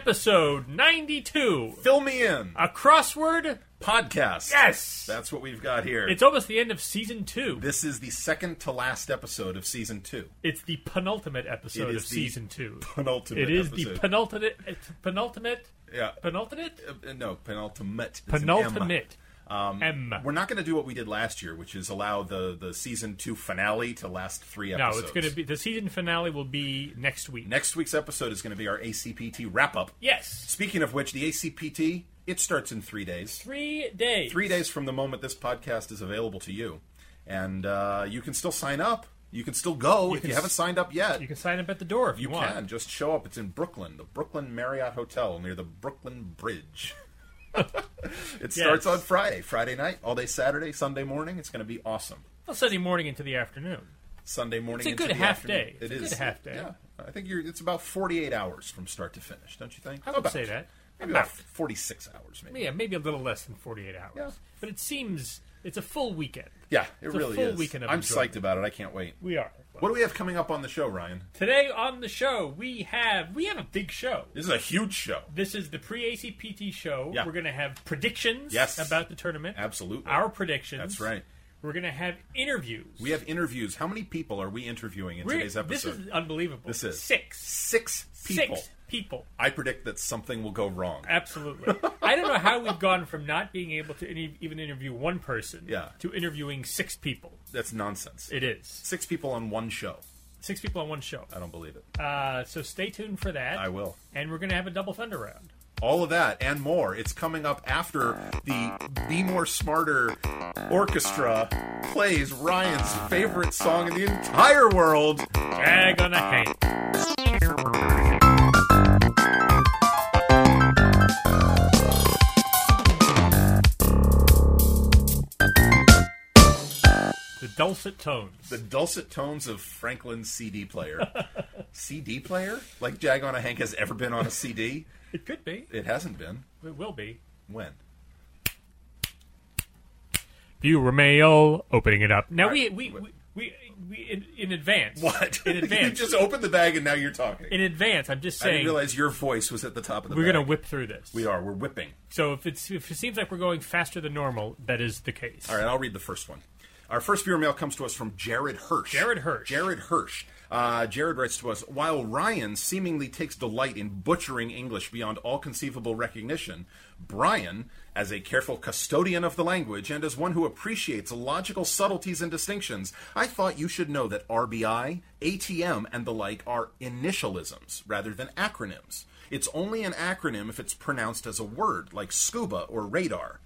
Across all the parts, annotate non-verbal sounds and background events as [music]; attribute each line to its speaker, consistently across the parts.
Speaker 1: episode 92
Speaker 2: Fill me in.
Speaker 1: a crossword
Speaker 2: Podcast.
Speaker 1: yes
Speaker 2: That's what we've got here.
Speaker 1: it's almost the end of season two
Speaker 2: this is the second to last episode of season two. [laughs]
Speaker 1: it's the penultimate episode
Speaker 2: It
Speaker 1: of
Speaker 2: is the
Speaker 1: season two
Speaker 2: Penultimate.
Speaker 1: it is the
Speaker 2: episode.
Speaker 1: penultimate it's penultimate
Speaker 2: yeah.
Speaker 1: penultimate
Speaker 2: Uh, no, penultimate. It's an M. Um,
Speaker 1: penultimate m
Speaker 2: We're not going to do what we did last year, which is allow the, the season two finale to last three
Speaker 1: no
Speaker 2: episodes.
Speaker 1: it's going to be the season finale will be next week
Speaker 2: Next week's episode is going to be our ACPT wrap up.
Speaker 1: yes
Speaker 2: Speaking of which, the ACPT, it starts in three days.
Speaker 1: three days
Speaker 2: Three days from the moment this podcast is available to you. And uh, you can still sign up. You can still go if
Speaker 1: can
Speaker 2: you haven't
Speaker 1: s-
Speaker 2: signed up yet.
Speaker 1: you can sign up at the door if you,
Speaker 2: You
Speaker 1: want
Speaker 2: can just show up. It's in Brooklyn, the Brooklyn Marriott Hotel near the Brooklyn Bridge. [laughs] it starts on Friday, Friday night, all day Saturday, Sunday morning. It's going to be awesome.
Speaker 1: well, sunday morning into the afternoon
Speaker 2: Sunday
Speaker 1: It's
Speaker 2: morning.
Speaker 1: a
Speaker 2: into
Speaker 1: good
Speaker 2: the
Speaker 1: half
Speaker 2: afternoon.
Speaker 1: day. It's
Speaker 2: It
Speaker 1: a
Speaker 2: is.
Speaker 1: good half day.
Speaker 2: Yeah, I think you're. It's about forty-eight hours from start to finish, don't you think?
Speaker 1: I would
Speaker 2: About.
Speaker 1: say that.
Speaker 2: Maybe
Speaker 1: About.
Speaker 2: about forty-six hours, maybe.
Speaker 1: yeah maybe a little less than 48 hours
Speaker 2: Yeah.
Speaker 1: but it seems it's a full weekend
Speaker 2: Yeah, it
Speaker 1: a
Speaker 2: really
Speaker 1: full
Speaker 2: is.
Speaker 1: weekend of
Speaker 2: I'm
Speaker 1: enjoyment.
Speaker 2: psyched about it. I can't wait.
Speaker 1: we are
Speaker 2: What do we have coming up on the show, Ryan?
Speaker 1: Today on the show, we have we have a big show.
Speaker 2: This is a huge show.
Speaker 1: This is the pre-ACPT show.
Speaker 2: Yeah.
Speaker 1: We're going to have predictions
Speaker 2: Yes.
Speaker 1: about the tournament.
Speaker 2: Absolutely.
Speaker 1: Our predictions.
Speaker 2: That's right.
Speaker 1: We're going to have interviews.
Speaker 2: We have interviews. How many people are we interviewing in
Speaker 1: We're-
Speaker 2: today's episode?
Speaker 1: This is unbelievable.
Speaker 2: This is.
Speaker 1: six.
Speaker 2: Six people.
Speaker 1: Six people.
Speaker 2: I predict that something will go wrong.
Speaker 1: Absolutely. I don't know how we've gone from not being able to any, even interview one person
Speaker 2: Yeah.
Speaker 1: to interviewing six people.
Speaker 2: That's nonsense.
Speaker 1: It is
Speaker 2: Six people on one show.
Speaker 1: six people on one show.
Speaker 2: I don't believe it.
Speaker 1: Uh, so stay tuned for that.
Speaker 2: I will.
Speaker 1: And we're going to have a double thunder round.
Speaker 2: All of that and more. It's coming up after the Be More Smarter Orchestra plays Ryan's favorite song in the entire world.
Speaker 1: Jag on a hand. The dulcet tones.
Speaker 2: The dulcet tones of Franklin's CD
Speaker 1: [laughs]
Speaker 2: player. CD player? Like Jag on a Hank has ever been on a CD?
Speaker 1: It could be.
Speaker 2: It hasn't been.
Speaker 1: It will be.
Speaker 2: When? [laughs]
Speaker 1: Viewer mail. Opening it up. Now
Speaker 2: All right.
Speaker 1: we, we, we we we in, in advance.
Speaker 2: What? [laughs]
Speaker 1: In
Speaker 2: you
Speaker 1: advance.
Speaker 2: just opened the bag and now you're talking.
Speaker 1: in advance. I'm just
Speaker 2: I didn't
Speaker 1: saying
Speaker 2: realize your voice was at the top of the
Speaker 1: we're
Speaker 2: bag.
Speaker 1: gonna whip through this.
Speaker 2: We are. We're whipping.
Speaker 1: So if it's if it seems like we're going faster than normal, that is the case.
Speaker 2: All right, I'll read the first one. Our first viewer mail comes to us from Jared Hirsch.
Speaker 1: Jared Hirsch.
Speaker 2: Jared Hirsch. Uh, Jared writes to us While Ryan seemingly takes delight in butchering English beyond all conceivable recognition, Brian, as a careful custodian of the language and as one who appreciates logical subtleties and distinctions, I thought you should know that RBI, ATM, and the like are initialisms rather than acronyms. It's only an acronym if it's pronounced as a word, like scuba or radar.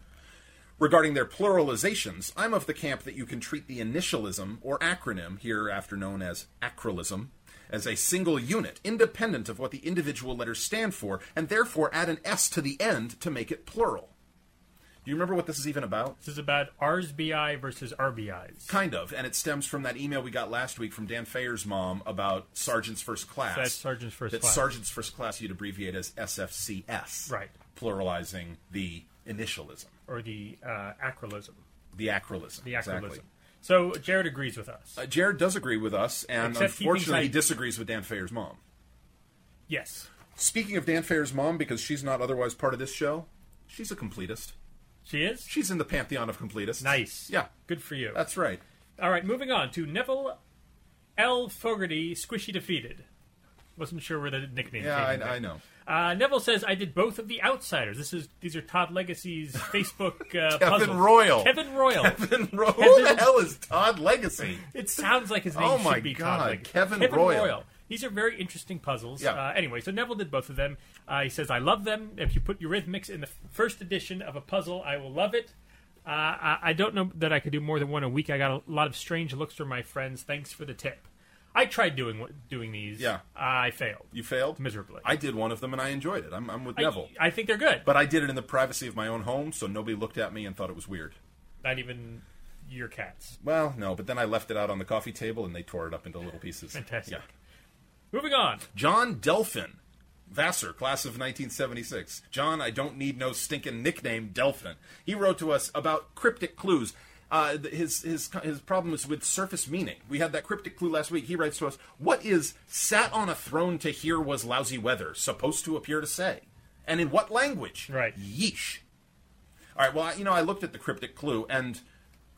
Speaker 2: Regarding their pluralizations, I'm of the camp that you can treat the initialism or acronym, hereafter known as acrylism, as a single unit, independent of what the individual letters stand for, and therefore add an S to the end to make it plural. Do you remember what this is even about?
Speaker 1: This is about RSBI versus RBIs.
Speaker 2: Kind of, and it stems from that email we got last week from Dan Fayer's mom about Sergeant's First Class.
Speaker 1: That's Sergeant's First
Speaker 2: that
Speaker 1: Class.
Speaker 2: Sergeant's First Class you'd abbreviate as SFCS.
Speaker 1: Right.
Speaker 2: Pluralizing the initialism,
Speaker 1: or the uh, acrolism,
Speaker 2: the acrylism.
Speaker 1: the acrolism.
Speaker 2: Exactly.
Speaker 1: So Jared agrees with us.
Speaker 2: Uh, Jared does agree with us, and
Speaker 1: Except he thinks
Speaker 2: unfortunately,
Speaker 1: I-
Speaker 2: he disagrees with Dan Fayer's mom.
Speaker 1: yes,
Speaker 2: Speaking of Dan Fayer's mom, because she's not otherwise part of this show, she's a completist.
Speaker 1: she is
Speaker 2: She's in the pantheon of completists.
Speaker 1: nice.
Speaker 2: Yeah,
Speaker 1: good for you.
Speaker 2: that's right.
Speaker 1: All right, moving on to Neville L. Fogarty, squishy defeated. Wasn't sure where the nickname
Speaker 2: Yeah,
Speaker 1: came.
Speaker 2: I,
Speaker 1: [laughs]
Speaker 2: I know.
Speaker 1: I, uh, Neville says I did both of the Outsiders. This is these are Todd
Speaker 2: [laughs]
Speaker 1: Legacy's Facebook uh,
Speaker 2: Kevin
Speaker 1: puzzles.
Speaker 2: Royal.
Speaker 1: Kevin Royal.
Speaker 2: [laughs] Kevin Ro- Who the hell is Todd Legacy?
Speaker 1: It sounds like his name
Speaker 2: [laughs] Oh my
Speaker 1: should be
Speaker 2: God,
Speaker 1: Todd Legacy.
Speaker 2: Kevin Royal.
Speaker 1: These are very interesting puzzles.
Speaker 2: Yeah.
Speaker 1: Uh, anyway, so Neville did both of them. Uh, he says, "I love them. If you put Eurythmics in the first edition of a puzzle, I will love it." Uh, I, I don't know that I could do more than one a week. I got a lot of strange looks from my friends. Thanks for the tip. I tried doing what- doing these.
Speaker 2: Yeah.
Speaker 1: I failed
Speaker 2: You failed
Speaker 1: miserably.
Speaker 2: I did one of them, and I enjoyed it. I'm, I'm with Neville,
Speaker 1: I think they're good.
Speaker 2: but I did it in the privacy of my own home, so nobody looked at me and thought it was weird.
Speaker 1: Not even your cats.
Speaker 2: Well, no, but then I left it out on the coffee table, and they tore it up into little pieces.
Speaker 1: Fantastic.
Speaker 2: Yeah.
Speaker 1: Moving on.
Speaker 2: John Delphin. Vassar, class of 1976. John, I don't need no stinking nickname, Delphin. He wrote to us about cryptic clues. Uh, th- his his his problem is with surface meaning. We had that cryptic clue last week. He writes to us, "What is sat on a throne to hear was lousy weather supposed to appear to say?" and in what language?
Speaker 1: Right.
Speaker 2: Yeesh. All right. Well, I, you know, I looked at the cryptic clue, and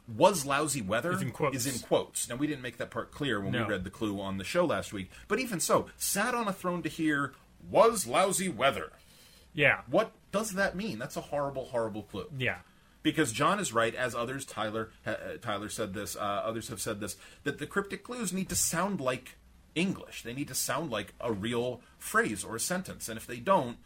Speaker 2: was lousy weather
Speaker 1: Is in quotes.
Speaker 2: is in quotes. Now we didn't make that part clear when
Speaker 1: No.
Speaker 2: we read the clue on the show last week, but even so, sat on a throne to hear was lousy weather.
Speaker 1: Yeah.
Speaker 2: What does that mean? That's a horrible, horrible clue.
Speaker 1: Yeah.
Speaker 2: Because John is right, as others, Tyler uh, uh, Tyler said this, uh, others have said this, that the cryptic clues need to sound like English. They need to sound like a real phrase or a sentence, and if they don't,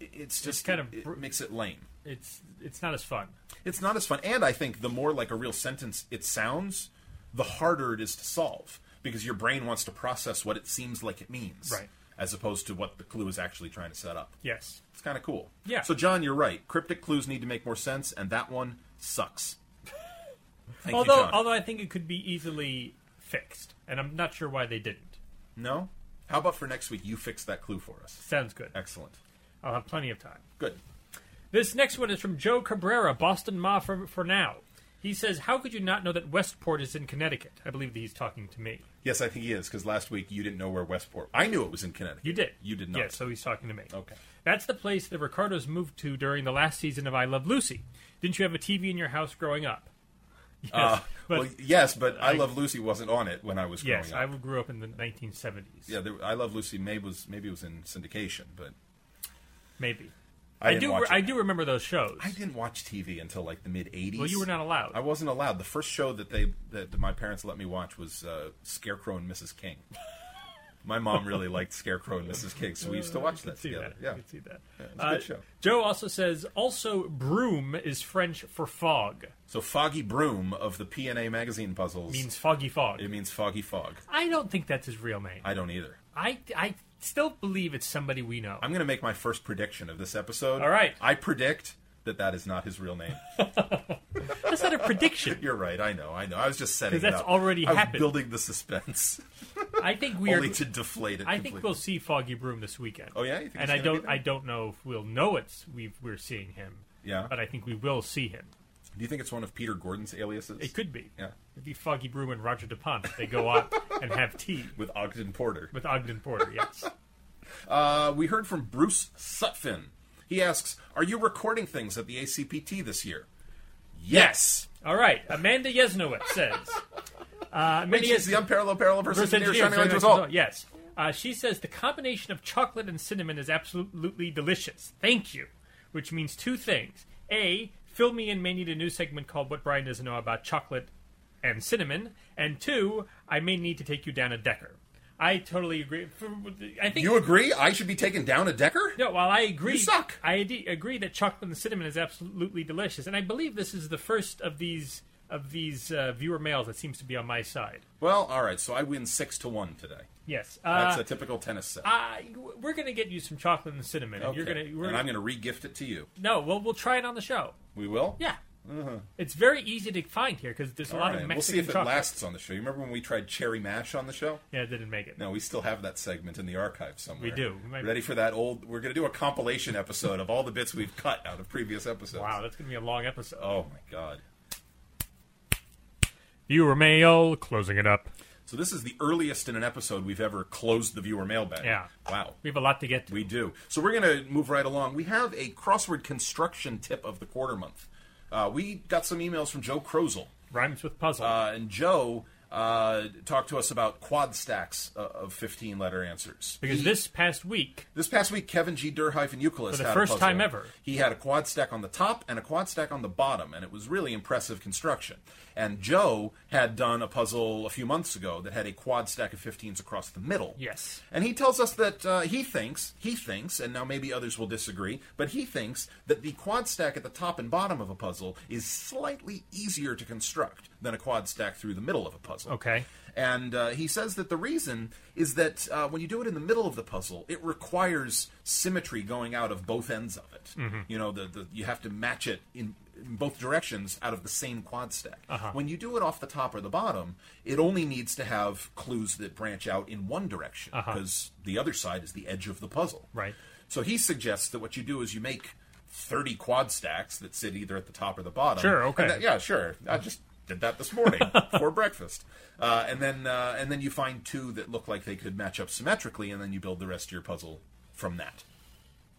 Speaker 2: i- it's just
Speaker 1: kind of
Speaker 2: it
Speaker 1: br-
Speaker 2: makes it lame.
Speaker 1: It's it's not as fun.
Speaker 2: It's not as fun, and I think the more like a real sentence it sounds, the harder it is to solve because your brain wants to process what it seems like it means,
Speaker 1: Right.
Speaker 2: As opposed to what the clue is actually trying to set up.
Speaker 1: Yes.
Speaker 2: It's kind of cool.
Speaker 1: Yeah.
Speaker 2: So, John, you're right. Cryptic clues need to make more sense, and that one
Speaker 1: [laughs]
Speaker 2: sucks. Thank
Speaker 1: although
Speaker 2: you, John.
Speaker 1: although I think it could be easily fixed, and I'm not sure why they didn't.
Speaker 2: No? How about for next week, you fix that clue for us?
Speaker 1: Sounds good.
Speaker 2: Excellent.
Speaker 1: I'll have plenty of time.
Speaker 2: Good.
Speaker 1: This next one is from Joe Cabrera, Boston Ma for, for now. He says, "How could you not know that Westport is in Connecticut?" I believe that he's talking to me.
Speaker 2: Yes, I think he is, because last week you didn't know where Westport. I knew it was in Connecticut.
Speaker 1: You did.
Speaker 2: You did not.
Speaker 1: Yeah, so he's talking to me.
Speaker 2: Okay.
Speaker 1: That's the place the Ricardos moved to during the last season of I Love Lucy. Didn't you have a TV in your house growing up? [laughs] Yes. [laughs] but
Speaker 2: Uh, well, yes, but I, Love Lucy wasn't on it when I was growing
Speaker 1: yes,
Speaker 2: up.
Speaker 1: I grew up in the 1970s.
Speaker 2: yeah, there, I Love Lucy maybe was maybe it was in syndication, but
Speaker 1: Maybe.
Speaker 2: I, didn't
Speaker 1: do.
Speaker 2: watch
Speaker 1: re-
Speaker 2: it.
Speaker 1: I do remember those shows.
Speaker 2: I didn't watch TV until like the mid '80s.
Speaker 1: Well, you were not allowed.
Speaker 2: I wasn't allowed. The first show that they that my parents let me watch was uh, Scarecrow and Mrs.
Speaker 1: [laughs]
Speaker 2: King. my mom really liked Scarecrow and Mrs. King, so we used to watch that
Speaker 1: see
Speaker 2: together.
Speaker 1: that.
Speaker 2: Yeah,
Speaker 1: Uh, I can see that. Uh,
Speaker 2: it's a good show.
Speaker 1: Joe also says, also, broom is French for fog,
Speaker 2: So Foggy Broom of the PNA magazine puzzles
Speaker 1: means foggy fog.
Speaker 2: it means foggy fog.
Speaker 1: I don't think that's his real name.
Speaker 2: I don't either.
Speaker 1: I, I still believe it's somebody we know.
Speaker 2: I'm going to make my first prediction of this episode.
Speaker 1: All right.
Speaker 2: I predict that that is not his real name.
Speaker 1: That's not a prediction.
Speaker 2: You're right. I know. I know. I was just setting
Speaker 1: 'Cause that's
Speaker 2: it up.
Speaker 1: already
Speaker 2: I was
Speaker 1: happened.
Speaker 2: building the suspense [laughs]
Speaker 1: I think we are.
Speaker 2: only to deflate it
Speaker 1: I
Speaker 2: completely.
Speaker 1: think we'll see Foggy Broom this weekend.
Speaker 2: Oh, yeah? You think
Speaker 1: and
Speaker 2: he's
Speaker 1: I
Speaker 2: gonna be
Speaker 1: don't.
Speaker 2: there?
Speaker 1: I don't know if we'll know it's we we're seeing him.
Speaker 2: Yeah.
Speaker 1: But I think we will see him.
Speaker 2: Do you think it's one of Peter Gordon's aliases?
Speaker 1: It could be.
Speaker 2: Yeah.
Speaker 1: It'd be Foggy Broom and Roger DuPont. They go out [laughs] and have tea
Speaker 2: With Ogden Porter.
Speaker 1: with Ogden Porter. Yes.
Speaker 2: Uh, we heard from Bruce Sutphin. He asks, "Are you recording things at the ACPT this year?" Yes.
Speaker 1: All right. Amanda Yeznowitz says. Uh, Amanda
Speaker 2: Which is the
Speaker 1: Yes-
Speaker 2: unparalleled parallel versus
Speaker 1: Bruce
Speaker 2: engineer
Speaker 1: Engineer,
Speaker 2: shining light to us
Speaker 1: Engineer,
Speaker 2: all.
Speaker 1: Yes. Uh, she says the combination of chocolate and cinnamon is absolutely delicious. Thank you. Which means two things. A, fill me in may need a new segment called What Brian Doesn't Know About Chocolate and Cinnamon. And two, I may need to take you down a decker. I totally agree. For- I think
Speaker 2: You agree? I should be taken down a decker?
Speaker 1: no, while I agree,
Speaker 2: You suck.
Speaker 1: I ad- agree that chocolate and cinnamon is absolutely delicious, and I believe this is the first of these of these uh, viewer mails that seems to be on my side.
Speaker 2: Well, all right. So I win six to one today.
Speaker 1: Yes,
Speaker 2: That's
Speaker 1: uh,
Speaker 2: a typical tennis set.
Speaker 1: uh, we're gonna get you some chocolate and cinnamon, and you're
Speaker 2: Okay.
Speaker 1: gonna we're,
Speaker 2: and I'm going to re-gift it to you.
Speaker 1: no, well we'll try it on the show.
Speaker 2: We will.
Speaker 1: Yeah, it's very easy to find here because there's a
Speaker 2: All
Speaker 1: lot
Speaker 2: right.
Speaker 1: of
Speaker 2: Mm-hmm. We'll
Speaker 1: Mexican
Speaker 2: see if it
Speaker 1: chocolate.
Speaker 2: lasts on the show. You remember when we tried cherry mash on the show?
Speaker 1: Yeah, it didn't make it.
Speaker 2: No, we still have that segment in the archive somewhere.
Speaker 1: We do. We might-
Speaker 2: Ready for that old? We're going to do a compilation episode of all the bits we've cut out of previous episodes.
Speaker 1: Wow, that's gonna be a long episode.
Speaker 2: Oh my god.
Speaker 1: Viewer mail, closing it up.
Speaker 2: So this is the earliest in an episode we've ever closed the viewer mailbag.
Speaker 1: Yeah.
Speaker 2: Wow.
Speaker 1: We have a lot to get to.
Speaker 2: We do. So we're going to move right along. We have a crossword construction tip of the quarter month. Uh, we got some emails from Joe Krozel.
Speaker 1: Rhymes with puzzle.
Speaker 2: Uh, and Joe uh, talked to us about quad stacks uh, of 15 letter answers.
Speaker 1: because this past week,
Speaker 2: This past week, Kevin G. Durhyphen Euclid
Speaker 1: For the
Speaker 2: had a
Speaker 1: first
Speaker 2: puzzle.
Speaker 1: time ever.
Speaker 2: He had a quad stack on the top and a quad stack on the bottom, and it was really impressive construction. And Joe had done a puzzle a few months ago that had a quad stack of 15s across the middle.
Speaker 1: Yes.
Speaker 2: And he tells us that uh, he thinks, he thinks, and now maybe others will disagree, but he thinks that the quad stack at the top and bottom of a puzzle is slightly easier to construct than a quad stack through the middle of a puzzle.
Speaker 1: Okay.
Speaker 2: And uh, he says that the reason is that uh, when you do it in the middle of the puzzle, it requires symmetry going out of both ends of it. You know, the, the you have to match it in, in both directions out of the same quad stack. When you do it off the top or the bottom, it only needs to have clues that branch out in one direction because the other side is the edge of the puzzle.
Speaker 1: Right.
Speaker 2: So he suggests that what you do is you make 30 quad stacks that sit either at the top or the bottom.
Speaker 1: Sure,
Speaker 2: And
Speaker 1: okay.
Speaker 2: that- yeah, sure. I just did that
Speaker 1: [laughs]
Speaker 2: this morning for breakfast. Uh, and then uh, and then you find two that look like they could match up symmetrically, and then you build the rest of your puzzle from that.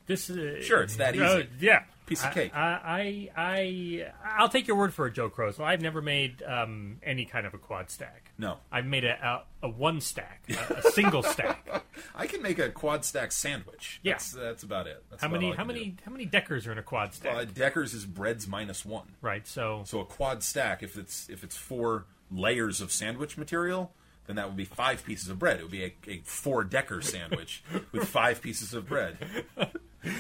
Speaker 1: This is
Speaker 2: Sure, it's that
Speaker 1: Oh,
Speaker 2: easy.
Speaker 1: yeah,
Speaker 2: Piece of
Speaker 1: I-
Speaker 2: cake.
Speaker 1: I, I, I, I'll take your word for it, Joe Crow. So I've never made um, any kind of a quad stack.
Speaker 2: No.
Speaker 1: I've made a a, a one stack, a, a
Speaker 2: [laughs]
Speaker 1: single stack.
Speaker 2: I can make a quad stack sandwich.
Speaker 1: Yeah.
Speaker 2: That's, that's about it. That's
Speaker 1: How
Speaker 2: about
Speaker 1: many?
Speaker 2: all I
Speaker 1: How
Speaker 2: can
Speaker 1: many? How many deckers are in a quad
Speaker 2: do.
Speaker 1: stack?
Speaker 2: Uh, Deckers is breads minus one.
Speaker 1: right. So,
Speaker 2: So a quad stack, if it's if it's four layers of sandwich material, then that would be five pieces of bread. It would be a, a four decker sandwich with five pieces of
Speaker 1: [laughs]
Speaker 2: bread.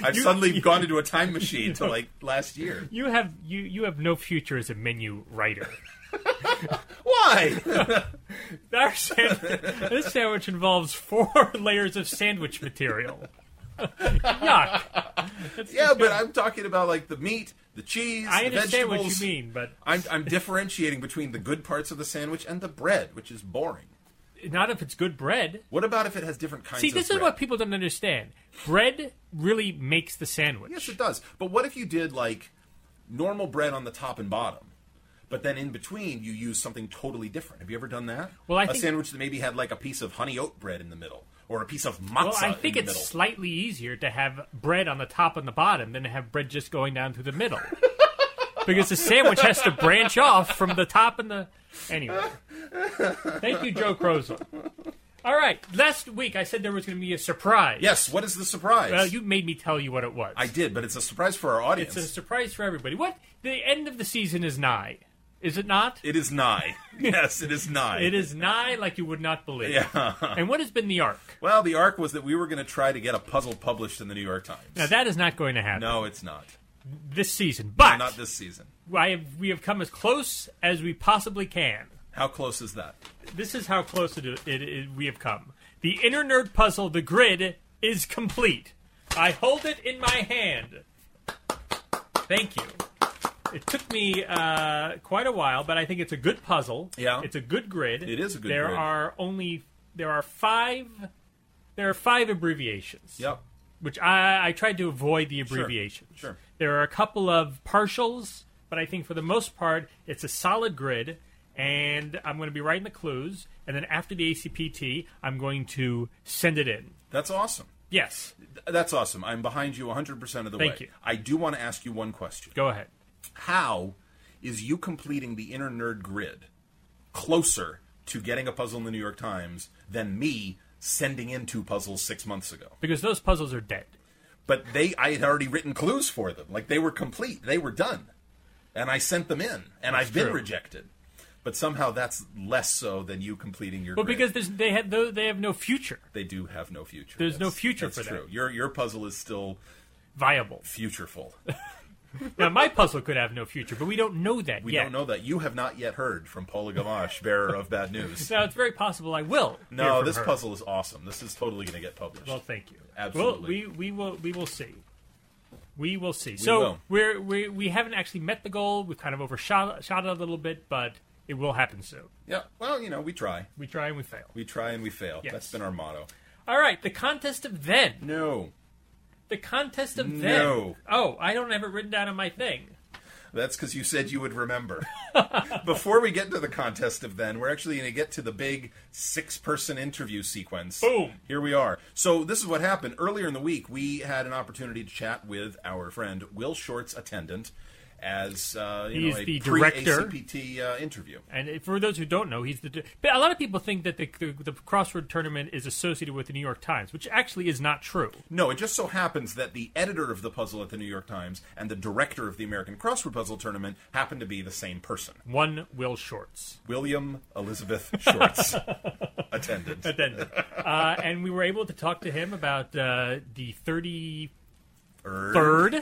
Speaker 2: I've suddenly gone into a time machine to like last year.
Speaker 1: you have you you have no future as a menu writer. [laughs]
Speaker 2: Why?
Speaker 1: Our
Speaker 2: [laughs]
Speaker 1: sand- this sandwich involves four [laughs] layers of sandwich material. Yuck.
Speaker 2: yeah, but I'm talking about like the meat, the cheese,
Speaker 1: I
Speaker 2: the
Speaker 1: understand what
Speaker 2: vegetables.
Speaker 1: you mean, but
Speaker 2: I'm, I'm differentiating between the good parts of the sandwich and the bread, which is boring.
Speaker 1: not if it's good bread.
Speaker 2: What about if it has different kinds
Speaker 1: See,
Speaker 2: of
Speaker 1: this
Speaker 2: bread?
Speaker 1: is what people don't understand. Bread really makes the sandwich.
Speaker 2: Yes, it does. But what if you did like normal bread on the top and bottom, but then in between you use something totally different? Have you ever done that?
Speaker 1: Well, I
Speaker 2: a
Speaker 1: think-
Speaker 2: sandwich that maybe had like a piece of honey oat bread in the middle, or a piece of matzah
Speaker 1: well, I think
Speaker 2: in
Speaker 1: it's
Speaker 2: the middle.
Speaker 1: slightly easier to have bread on the top and the bottom than to have bread just going down through the
Speaker 2: [laughs]
Speaker 1: middle. because the sandwich has to branch off from the top and the. Anyway. Thank you, Joe Crozel. All right. Last week I said there was going to be a surprise.
Speaker 2: Yes. What is the surprise?
Speaker 1: Well, you made me tell you what it was.
Speaker 2: I did, but it's a surprise for our audience.
Speaker 1: It's a surprise for everybody. What? The end of the season is nigh. Is it not?
Speaker 2: It
Speaker 1: [laughs]
Speaker 2: is nigh. yes, it is nigh.
Speaker 1: It is nigh like you would not believe.
Speaker 2: Yeah.
Speaker 1: And what has been the arc?
Speaker 2: Well, the arc was that we were going to try to get a puzzle published in the New York Times.
Speaker 1: Now that is not going to happen
Speaker 2: no, it's not.
Speaker 1: this season. But
Speaker 2: Not this season.
Speaker 1: I have, we have come as close as we possibly can.
Speaker 2: How close is that?
Speaker 1: This is how close it, it, it- we have come. The inner nerd puzzle, the grid, is complete. I hold it in my hand. Thank you. It took me uh, quite a while, but I think it's a good puzzle.
Speaker 2: Yeah.
Speaker 1: it's a good grid.
Speaker 2: It is a good
Speaker 1: There
Speaker 2: grid.
Speaker 1: are only there are five there are five abbreviations.
Speaker 2: Yep.
Speaker 1: which I, I tried to avoid the abbreviations.
Speaker 2: sure.
Speaker 1: There are a couple of partials, but I think for the most part, it's a solid grid, and I'm going to be writing the clues, and then after the ACPT, I'm going to send it in.
Speaker 2: That's awesome.
Speaker 1: Yes,
Speaker 2: That's awesome. I'm behind you 100% of the way.
Speaker 1: Thank you.
Speaker 2: I do want to ask you one question.
Speaker 1: go ahead.
Speaker 2: How is you completing the inner nerd grid closer to getting a puzzle in the New York Times than me sending in two puzzles six months ago?
Speaker 1: Because those puzzles are dead.
Speaker 2: But they, I had already written clues for them. Like they were complete, they were done. And I sent them in, and I've been
Speaker 1: true.
Speaker 2: rejected. But somehow that's less so than you completing your
Speaker 1: Well,
Speaker 2: grid.
Speaker 1: because there's, they have no, they have no future
Speaker 2: they do have no future.
Speaker 1: There's no
Speaker 2: That's-
Speaker 1: future
Speaker 2: that's
Speaker 1: for that.
Speaker 2: true. Your your puzzle is still
Speaker 1: viable. [laughs]
Speaker 2: futureful.
Speaker 1: now, my puzzle could have no future, but we don't know that
Speaker 2: We
Speaker 1: yet.
Speaker 2: don't know that. You have not yet heard from Paula Gamache, bearer
Speaker 1: [laughs]
Speaker 2: of bad news.
Speaker 1: Now, it's very possible I will. hear
Speaker 2: No,
Speaker 1: from
Speaker 2: this
Speaker 1: her.
Speaker 2: puzzle is awesome. This is totally going to get published.
Speaker 1: Well, thank you.
Speaker 2: Absolutely.
Speaker 1: Well, we we will we will see. We will see. so
Speaker 2: will.
Speaker 1: we're we we haven't actually met the goal. We've kind of overshot shot it a little bit, but it will happen soon.
Speaker 2: yeah. Well, you know, we try.
Speaker 1: We try and we fail.
Speaker 2: We try and we fail.
Speaker 1: Yes.
Speaker 2: That's been our motto.
Speaker 1: All right, the contest of then.
Speaker 2: No,
Speaker 1: The contest of
Speaker 2: No.
Speaker 1: then. Oh, I don't have it written down on my thing.
Speaker 2: that's because you said you would remember. [laughs] Before we get to the contest of then, we're actually going to get to the big six-person interview sequence.
Speaker 1: Boom.
Speaker 2: Here we are. So this is what happened earlier in the week. We had an opportunity to chat with our friend Will Short's attendant. As uh, you
Speaker 1: He's
Speaker 2: know, a
Speaker 1: the director.
Speaker 2: pre-ACPT uh, interview.
Speaker 1: And for those who don't know, he's the. But a lot of people think that the, the the crossword tournament is associated with the New York Times, which actually is not true.
Speaker 2: No, it just so happens that the editor of the puzzle at the New York Times and the director of the American Crossword Puzzle Tournament happen to be the same person.
Speaker 1: One Will Shorts.
Speaker 2: William Elizabeth
Speaker 1: [laughs]
Speaker 2: Shorts, attendant.
Speaker 1: Then, uh, and we were able to talk to him about uh, the thirty
Speaker 2: Er,
Speaker 1: third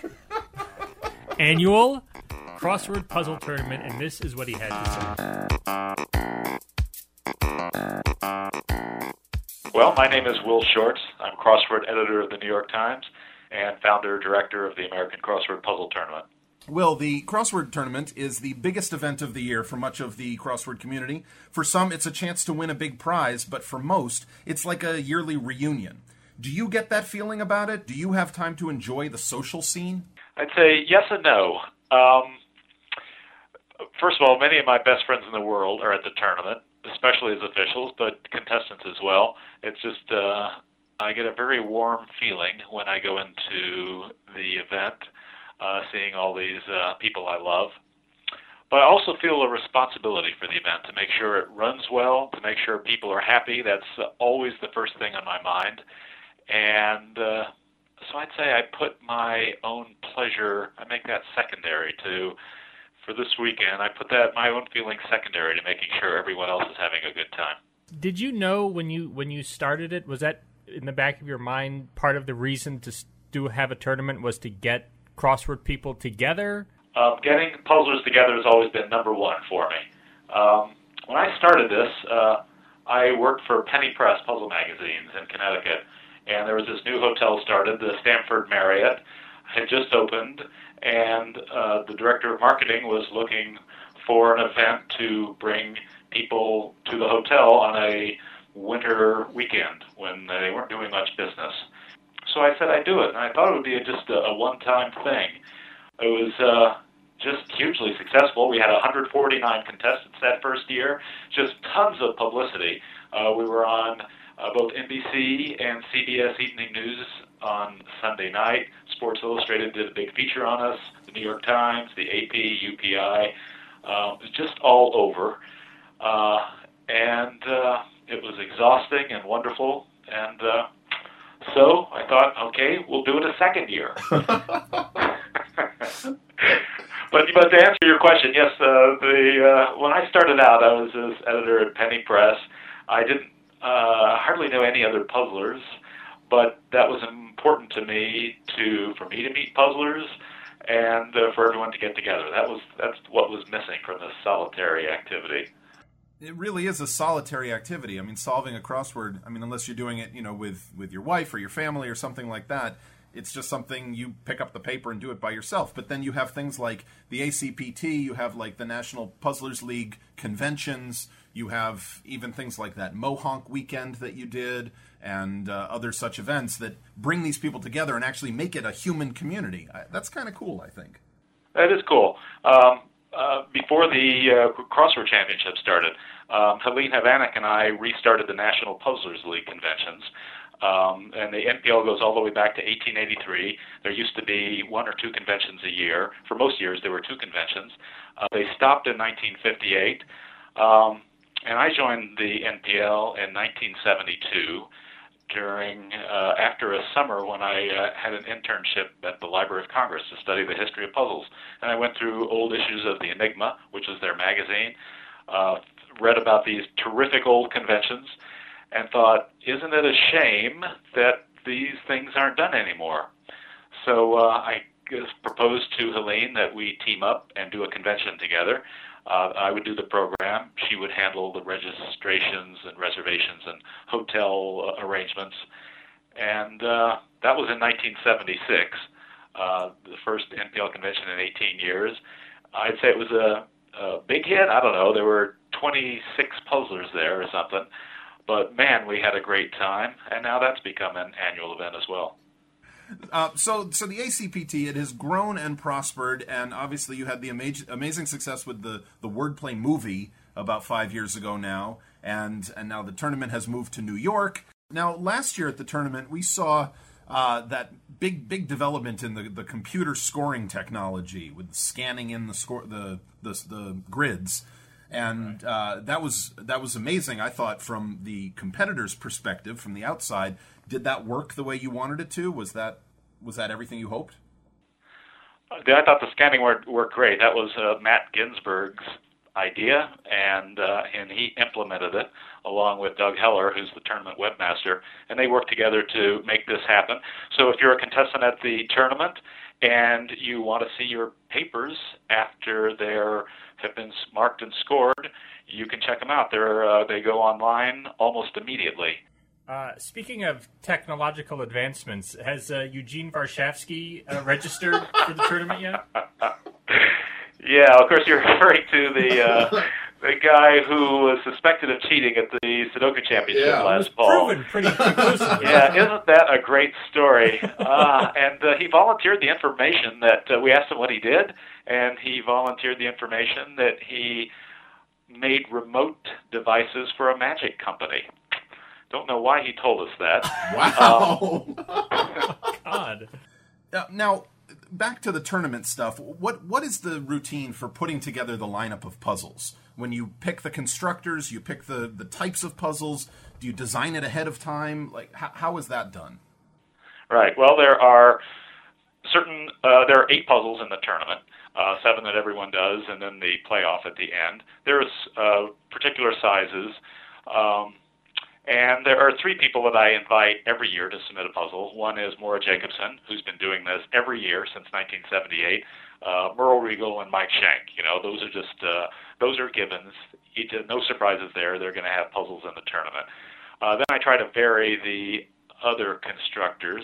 Speaker 1: annual crossword puzzle tournament, and this is what he had to say.
Speaker 3: Well, my name is Will Shorts. I'm crossword editor of the New York Times and founder director of the American Crossword Puzzle Tournament.
Speaker 2: Well, the crossword tournament is the biggest event of the year for much of the crossword community. For some, it's a chance to win a big prize, but for most, it's like a yearly reunion. Do you get that feeling about it? Do you have time to enjoy the social scene?
Speaker 3: I'd say yes and no. Um, first of all, many of my best friends in the world are at the tournament, especially as officials, but contestants as well. It's just uh, I get a very warm feeling when I go into the event, uh, seeing all these uh, people I love. But I also feel a responsibility for the event to make sure it runs well, to make sure people are happy. That's uh, always the first thing on my mind. And uh, so I'd say I put my own pleasure, I make that secondary to, for this weekend, I put that, my own feeling secondary to making sure everyone else is having a good time.
Speaker 1: Did you know when you when you started it was that in the back of your mind part of the reason to s- do have a tournament was to get crossword people together?
Speaker 3: Um, getting puzzlers together has always been number one for me. Um, when I started this, uh, I worked for Penny Press Puzzle Magazines in Connecticut, and there was this new hotel started, the Stanford Marriott, had just opened, and uh, the director of marketing was looking for an event to bring people to the hotel on a winter weekend when they weren't doing much business. So I said I'd do it, and I thought it would be just a, a one-time thing. It was uh, just hugely successful. We had 149 contestants that first year, just tons of publicity. Uh, we were on uh, both NBC and CBS Evening News on Sunday night. Sports Illustrated did a big feature on us, the New York Times, the AP, UPI, um, just all over. Uh, and uh, it was exhausting and wonderful. And uh, so I thought, okay, we'll do it a second year. but but to answer your question, yes, uh, the uh, when I started out, I was as editor at Penny Press. I didn't uh, hardly know any other puzzlers, but that was important to me to for me to meet puzzlers and uh, for everyone to get together. That was that's what was missing from this solitary activity.
Speaker 2: it really is a solitary activity. I mean, solving a crossword. I mean, unless you're doing it, you know, with with your wife or your family or something like that. It's just something you pick up the paper and do it by yourself. But then you have things like the ACPT, you have like the National Puzzlers League conventions, you have even things like that Mohonk weekend that you did, and uh, other such events that bring these people together and actually make it a human community. I, that's kind of cool, I think.
Speaker 3: That is cool. Um, uh, before the uh, Crossword Championship started, um, Helene Havanek and I restarted the National Puzzlers League conventions. Um, and the NPL goes all the way back to 1883. There used to be one or two conventions a year. For most years, there were two conventions. Uh, they stopped in 1958. Um, and I joined the NPL in 1972 during uh, after a summer when I uh, had an internship at the Library of Congress to study the history of puzzles, and I went through old issues of the Enigma, which is their magazine, uh, read about these terrific old conventions, and thought, isn't it a shame that these things aren't done anymore? So uh, I just proposed to Helene that we team up and do a convention together. Uh, I would do the program. She would handle the registrations and reservations and hotel uh, arrangements. And uh, that was in 1976, uh, the first NPL convention in 18 years. I'd say it was a, a big hit. I don't know. There were 26 puzzlers there or something. But man, we had a great time. And now that's become an annual event as well.
Speaker 2: Uh, so, so the ACPT it has grown and prospered, and obviously you had the amaz- amazing success with the the wordplay movie about five years ago now, and and now the tournament has moved to New York. Now, last year at the tournament, we saw uh, that big big development in the, the computer scoring technology with scanning in the score the the, the grids and uh, that was that was amazing. I thought from the competitor's perspective, from the outside, did that work the way you wanted it to? Was that was that everything you hoped?
Speaker 3: I thought the scanning worked, worked great. That was uh, Matt Ginsburg's idea, and uh, and he implemented it along with Doug Heller, who's the tournament webmaster, and they worked together to make this happen. So if you're a contestant at the tournament and you want to see your papers after they're have been s- marked and scored, you can check them out. They're uh, they go online almost immediately.
Speaker 1: Uh, speaking of technological advancements, has uh, Eugene Varshavsky uh, registered for the tournament yet?
Speaker 3: Yeah, of course you're [laughs] referring to the uh, the guy who was suspected of cheating at the Sudoku Championship
Speaker 2: Yeah, it
Speaker 1: It was
Speaker 3: [laughs] last fall.
Speaker 1: proven pretty conclusively.
Speaker 3: [laughs]
Speaker 1: [laughs]
Speaker 3: Yeah, isn't that a great story? Uh, and uh, he volunteered the information that uh, we asked him what he did, and he volunteered the information that he made remote devices for a magic company. Don't know why he told us that.
Speaker 2: Wow. [laughs]
Speaker 1: God.
Speaker 2: Now- now, back to the tournament stuff. What what is the routine for putting together the lineup of puzzles? When you pick the constructors, you pick the the types of puzzles. Do you design it ahead of time? Like how, how is that done?
Speaker 3: Right. Well, there are certain. Uh, there are eight puzzles in the tournament. Uh, seven that everyone does, and then the playoff at the end. There's uh, particular sizes, um, and there are three people that I invite every year to submit a puzzle. One is Maura Jacobson, who's been doing this every year since 1978. Uh, Merle Regal and Mike Shank. You know, those are just uh, those are givens. Each, no surprises there. They're going to have puzzles in the tournament. Uh, then I try to vary the other constructors,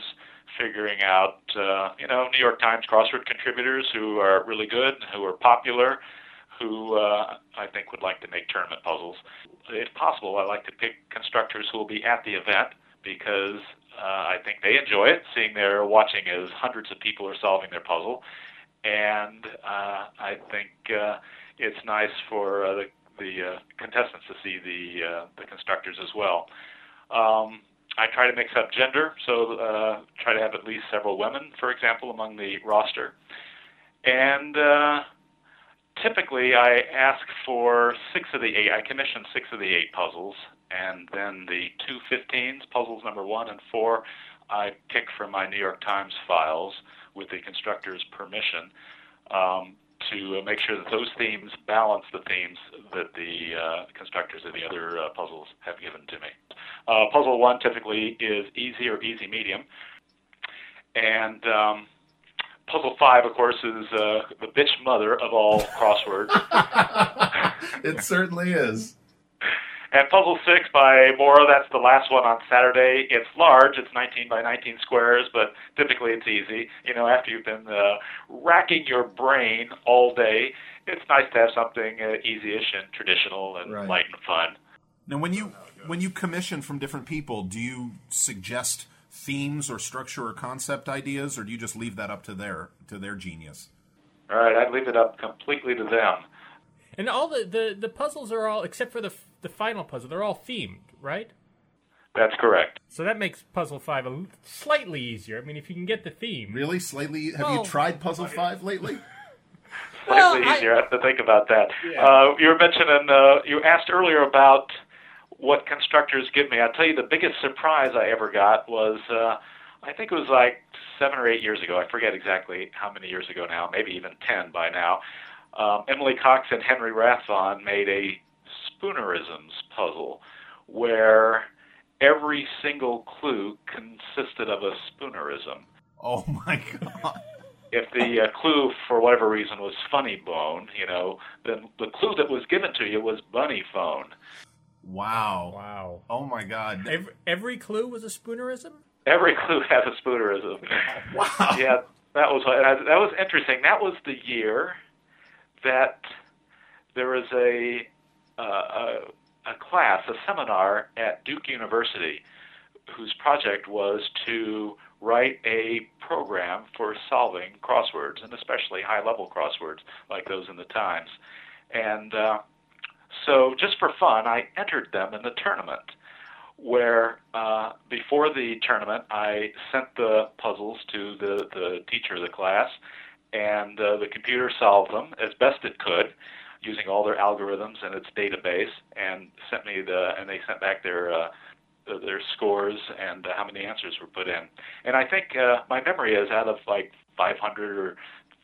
Speaker 3: figuring out, uh, you know, New York Times crossword contributors who are really good, who are popular, who uh, I think would like to make tournament puzzles. If possible, I like to pick constructors who will be at the event because uh, I think they enjoy it, seeing they're watching as hundreds of people are solving their puzzle. And uh, I think uh, it's nice for uh, the, the uh, contestants to see the, uh, the constructors as well. Um, I try to mix up gender, so uh, try to have at least several women, for example, among the roster. And uh, typically, I ask for six of the eight. I commission six of the eight puzzles, and then the two 15s, puzzles number one and four, I pick from my New York Times files with the constructor's permission um, to uh, make sure that those themes balance the themes that the uh, constructors of the other uh, puzzles have given to me. Uh, puzzle one typically is easy or easy medium, and um, puzzle five, of course, is uh, the bitch mother of all crosswords.
Speaker 2: It certainly is.
Speaker 3: And Puzzle 6 by Mora, that's the last one on Saturday. It's large, it's 19 by 19 squares, but typically it's easy. You know, after you've been uh, racking your brain all day, it's nice to have something uh, easy-ish and traditional and
Speaker 2: Right.
Speaker 3: light and fun.
Speaker 2: Now, when you when you commission from different people, do you suggest themes or structure or concept ideas, or do you just leave that up to their to their genius?
Speaker 3: All right, I'd leave it up completely to them.
Speaker 1: And all the, the, the puzzles are all, except for the, f- the final puzzle, they're all themed, right?
Speaker 3: That's correct.
Speaker 1: So that makes Puzzle 5 a l- slightly easier. I mean, if you can get the theme.
Speaker 2: Really, slightly? Have
Speaker 1: Well-
Speaker 2: you tried Puzzle Five lately?
Speaker 1: Well,
Speaker 3: Slightly
Speaker 1: I-
Speaker 3: easier. I have to think about that. Uh, you were mentioning, uh, you asked earlier about what constructors give me. I'll tell you the biggest surprise I ever got was, uh, I think it was like seven or eight years ago. I forget exactly how many years ago now, maybe even 10 by now. Um, Emily Cox and Henry Rathon made a Spoonerisms puzzle where every single clue consisted of a Spoonerism
Speaker 2: [laughs] Oh my god!
Speaker 3: if the uh, clue for whatever reason was funny bone, you know, then the clue that was given to you was bunny phone.
Speaker 2: Wow!
Speaker 1: Wow.
Speaker 2: Oh my god!
Speaker 1: Every, every clue was a spoonerism?
Speaker 3: Every [laughs] clue had a spoonerism.
Speaker 2: [laughs] Wow!
Speaker 3: yeah, that was uh, that was interesting. That was the year that there was a uh, a, a class, a seminar at Duke University, whose project was to write a program for solving crosswords, and especially high-level crosswords like those in the Times. And uh, so, just for fun, I entered them in the tournament where uh, before the tournament, I sent the puzzles to the, the teacher of the class, and uh, the computer solved them as best it could using all their algorithms and its database, and sent me the and they sent back their uh, their scores and uh, how many answers were put in. And I think uh, my memory is out of like 500 or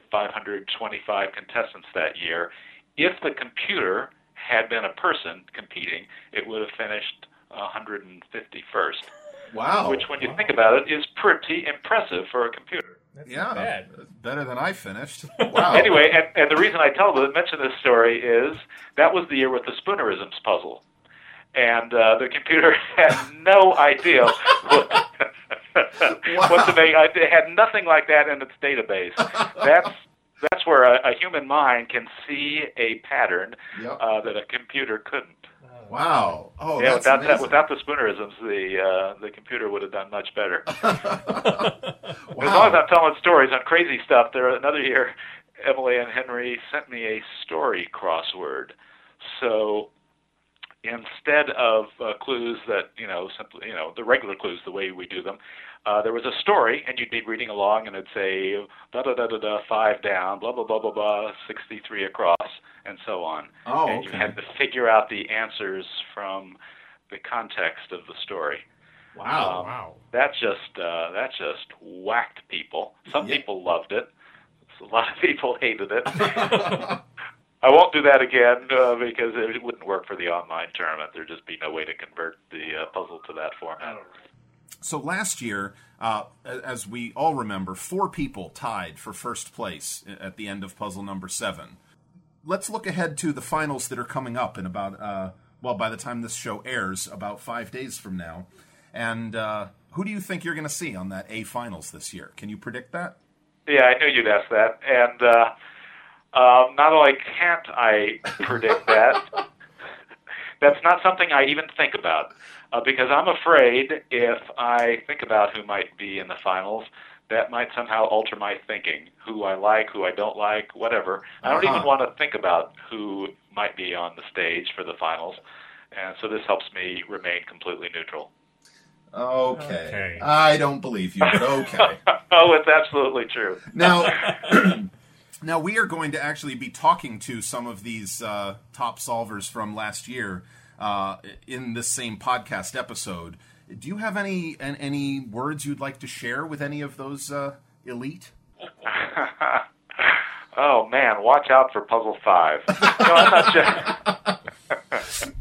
Speaker 3: 525 contestants that year. If the computer had been a person competing, it would have finished 151st,
Speaker 2: Oh, Wow!
Speaker 3: which, when you think about it, is pretty impressive for a computer.
Speaker 1: That's
Speaker 2: yeah,
Speaker 1: not bad.
Speaker 2: better than I
Speaker 3: [laughs]
Speaker 2: finished. Wow!
Speaker 3: Anyway, and, and the reason I tell the mention this story is that was the year with the Spoonerisms puzzle, and uh, the computer [laughs] had no idea what, [laughs] what to make. I- It had nothing like that in its database. That's that's where a, a human mind can see a pattern
Speaker 2: Yep.
Speaker 3: uh, that a computer couldn't.
Speaker 2: wow! Oh,
Speaker 3: yeah,
Speaker 2: that's
Speaker 3: without that,
Speaker 2: amazing.
Speaker 3: without the Spoonerisms, the uh, the computer would have done much better. As long as
Speaker 2: wow.
Speaker 3: I'm telling stories on crazy stuff, there another year, Emily and Henry sent me a story crossword. So instead of uh, clues that you know simply you know the regular clues the way we do them uh, there was a story and you'd be reading along and it'd say da da da da da five down blah blah blah blah blah sixty three across and so on
Speaker 2: Oh,
Speaker 3: and
Speaker 2: okay.
Speaker 3: you had to figure out the answers from the context of the story
Speaker 2: Wow.
Speaker 3: uh,
Speaker 1: Wow.
Speaker 3: that just uh, that just whacked people some
Speaker 2: Yeah.
Speaker 3: people loved it a lot of people hated it I won't do that again uh, because it wouldn't work for the online tournament. There'd just be no way to convert the uh, puzzle to that format.
Speaker 2: so last year, uh, a- as we all remember, four people tied for first place i- at the end of puzzle number seven. Let's look ahead to the finals that are coming up in about, uh, well, by the time this show airs, about five days from now. And uh, who do you think you're going to see on that A finals this year? Can you predict that?
Speaker 3: Yeah, I knew you'd ask that, and uh, um, not only can't I predict that, [laughs] that's not something I even think about uh, because I'm afraid if I think about who might be in the finals, that might somehow alter my thinking, who I like, who I don't like, whatever. I don't
Speaker 2: Uh-huh.
Speaker 3: even want to think about who might be on the stage for the finals, and so this helps me remain completely neutral. [laughs]
Speaker 2: Okay.
Speaker 1: Okay.
Speaker 2: I don't believe you,
Speaker 1: [laughs]
Speaker 2: but okay.
Speaker 3: oh, it's absolutely true.
Speaker 2: now, [clears throat] now we are going to actually be talking to some of these uh, top solvers from last year uh, in this same podcast episode. Do you have any an, any words you'd like to share with any of those uh, elite?
Speaker 3: oh man, watch out for puzzle five. No, I'm not just,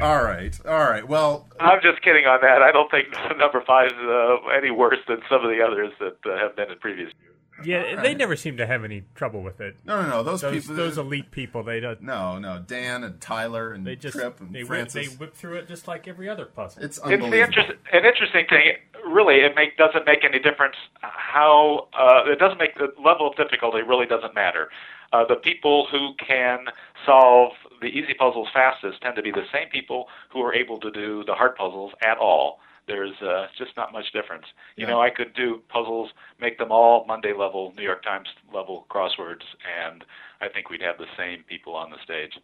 Speaker 2: All right, all right. Well,
Speaker 3: I'm just kidding on that. I don't think [laughs] number five is uh, any worse than some of the others that uh, have been in previous years.
Speaker 1: Yeah, they never seem to have any trouble with it.
Speaker 2: no, no, no. Those,
Speaker 1: Those
Speaker 2: people,
Speaker 1: those elite people, they don't.
Speaker 2: no, no. Dan and Tyler and
Speaker 1: They just
Speaker 2: Trip and
Speaker 1: they whip,
Speaker 2: Francis.
Speaker 1: they whip through it just like every other puzzle.
Speaker 2: it's
Speaker 3: It's
Speaker 2: unbelievable.
Speaker 3: the interest, an interesting thing. Really, it make, doesn't make any difference how uh, it doesn't make the level of difficulty really doesn't matter. Uh, the people who can solve the easy puzzles fastest tend to be the same people who are able to do the hard puzzles at all. There's uh, just not much difference. You
Speaker 2: Yeah.
Speaker 3: know, I could do puzzles, make them all Monday level, New York Times level crosswords, and I think we'd have the same people on the stage.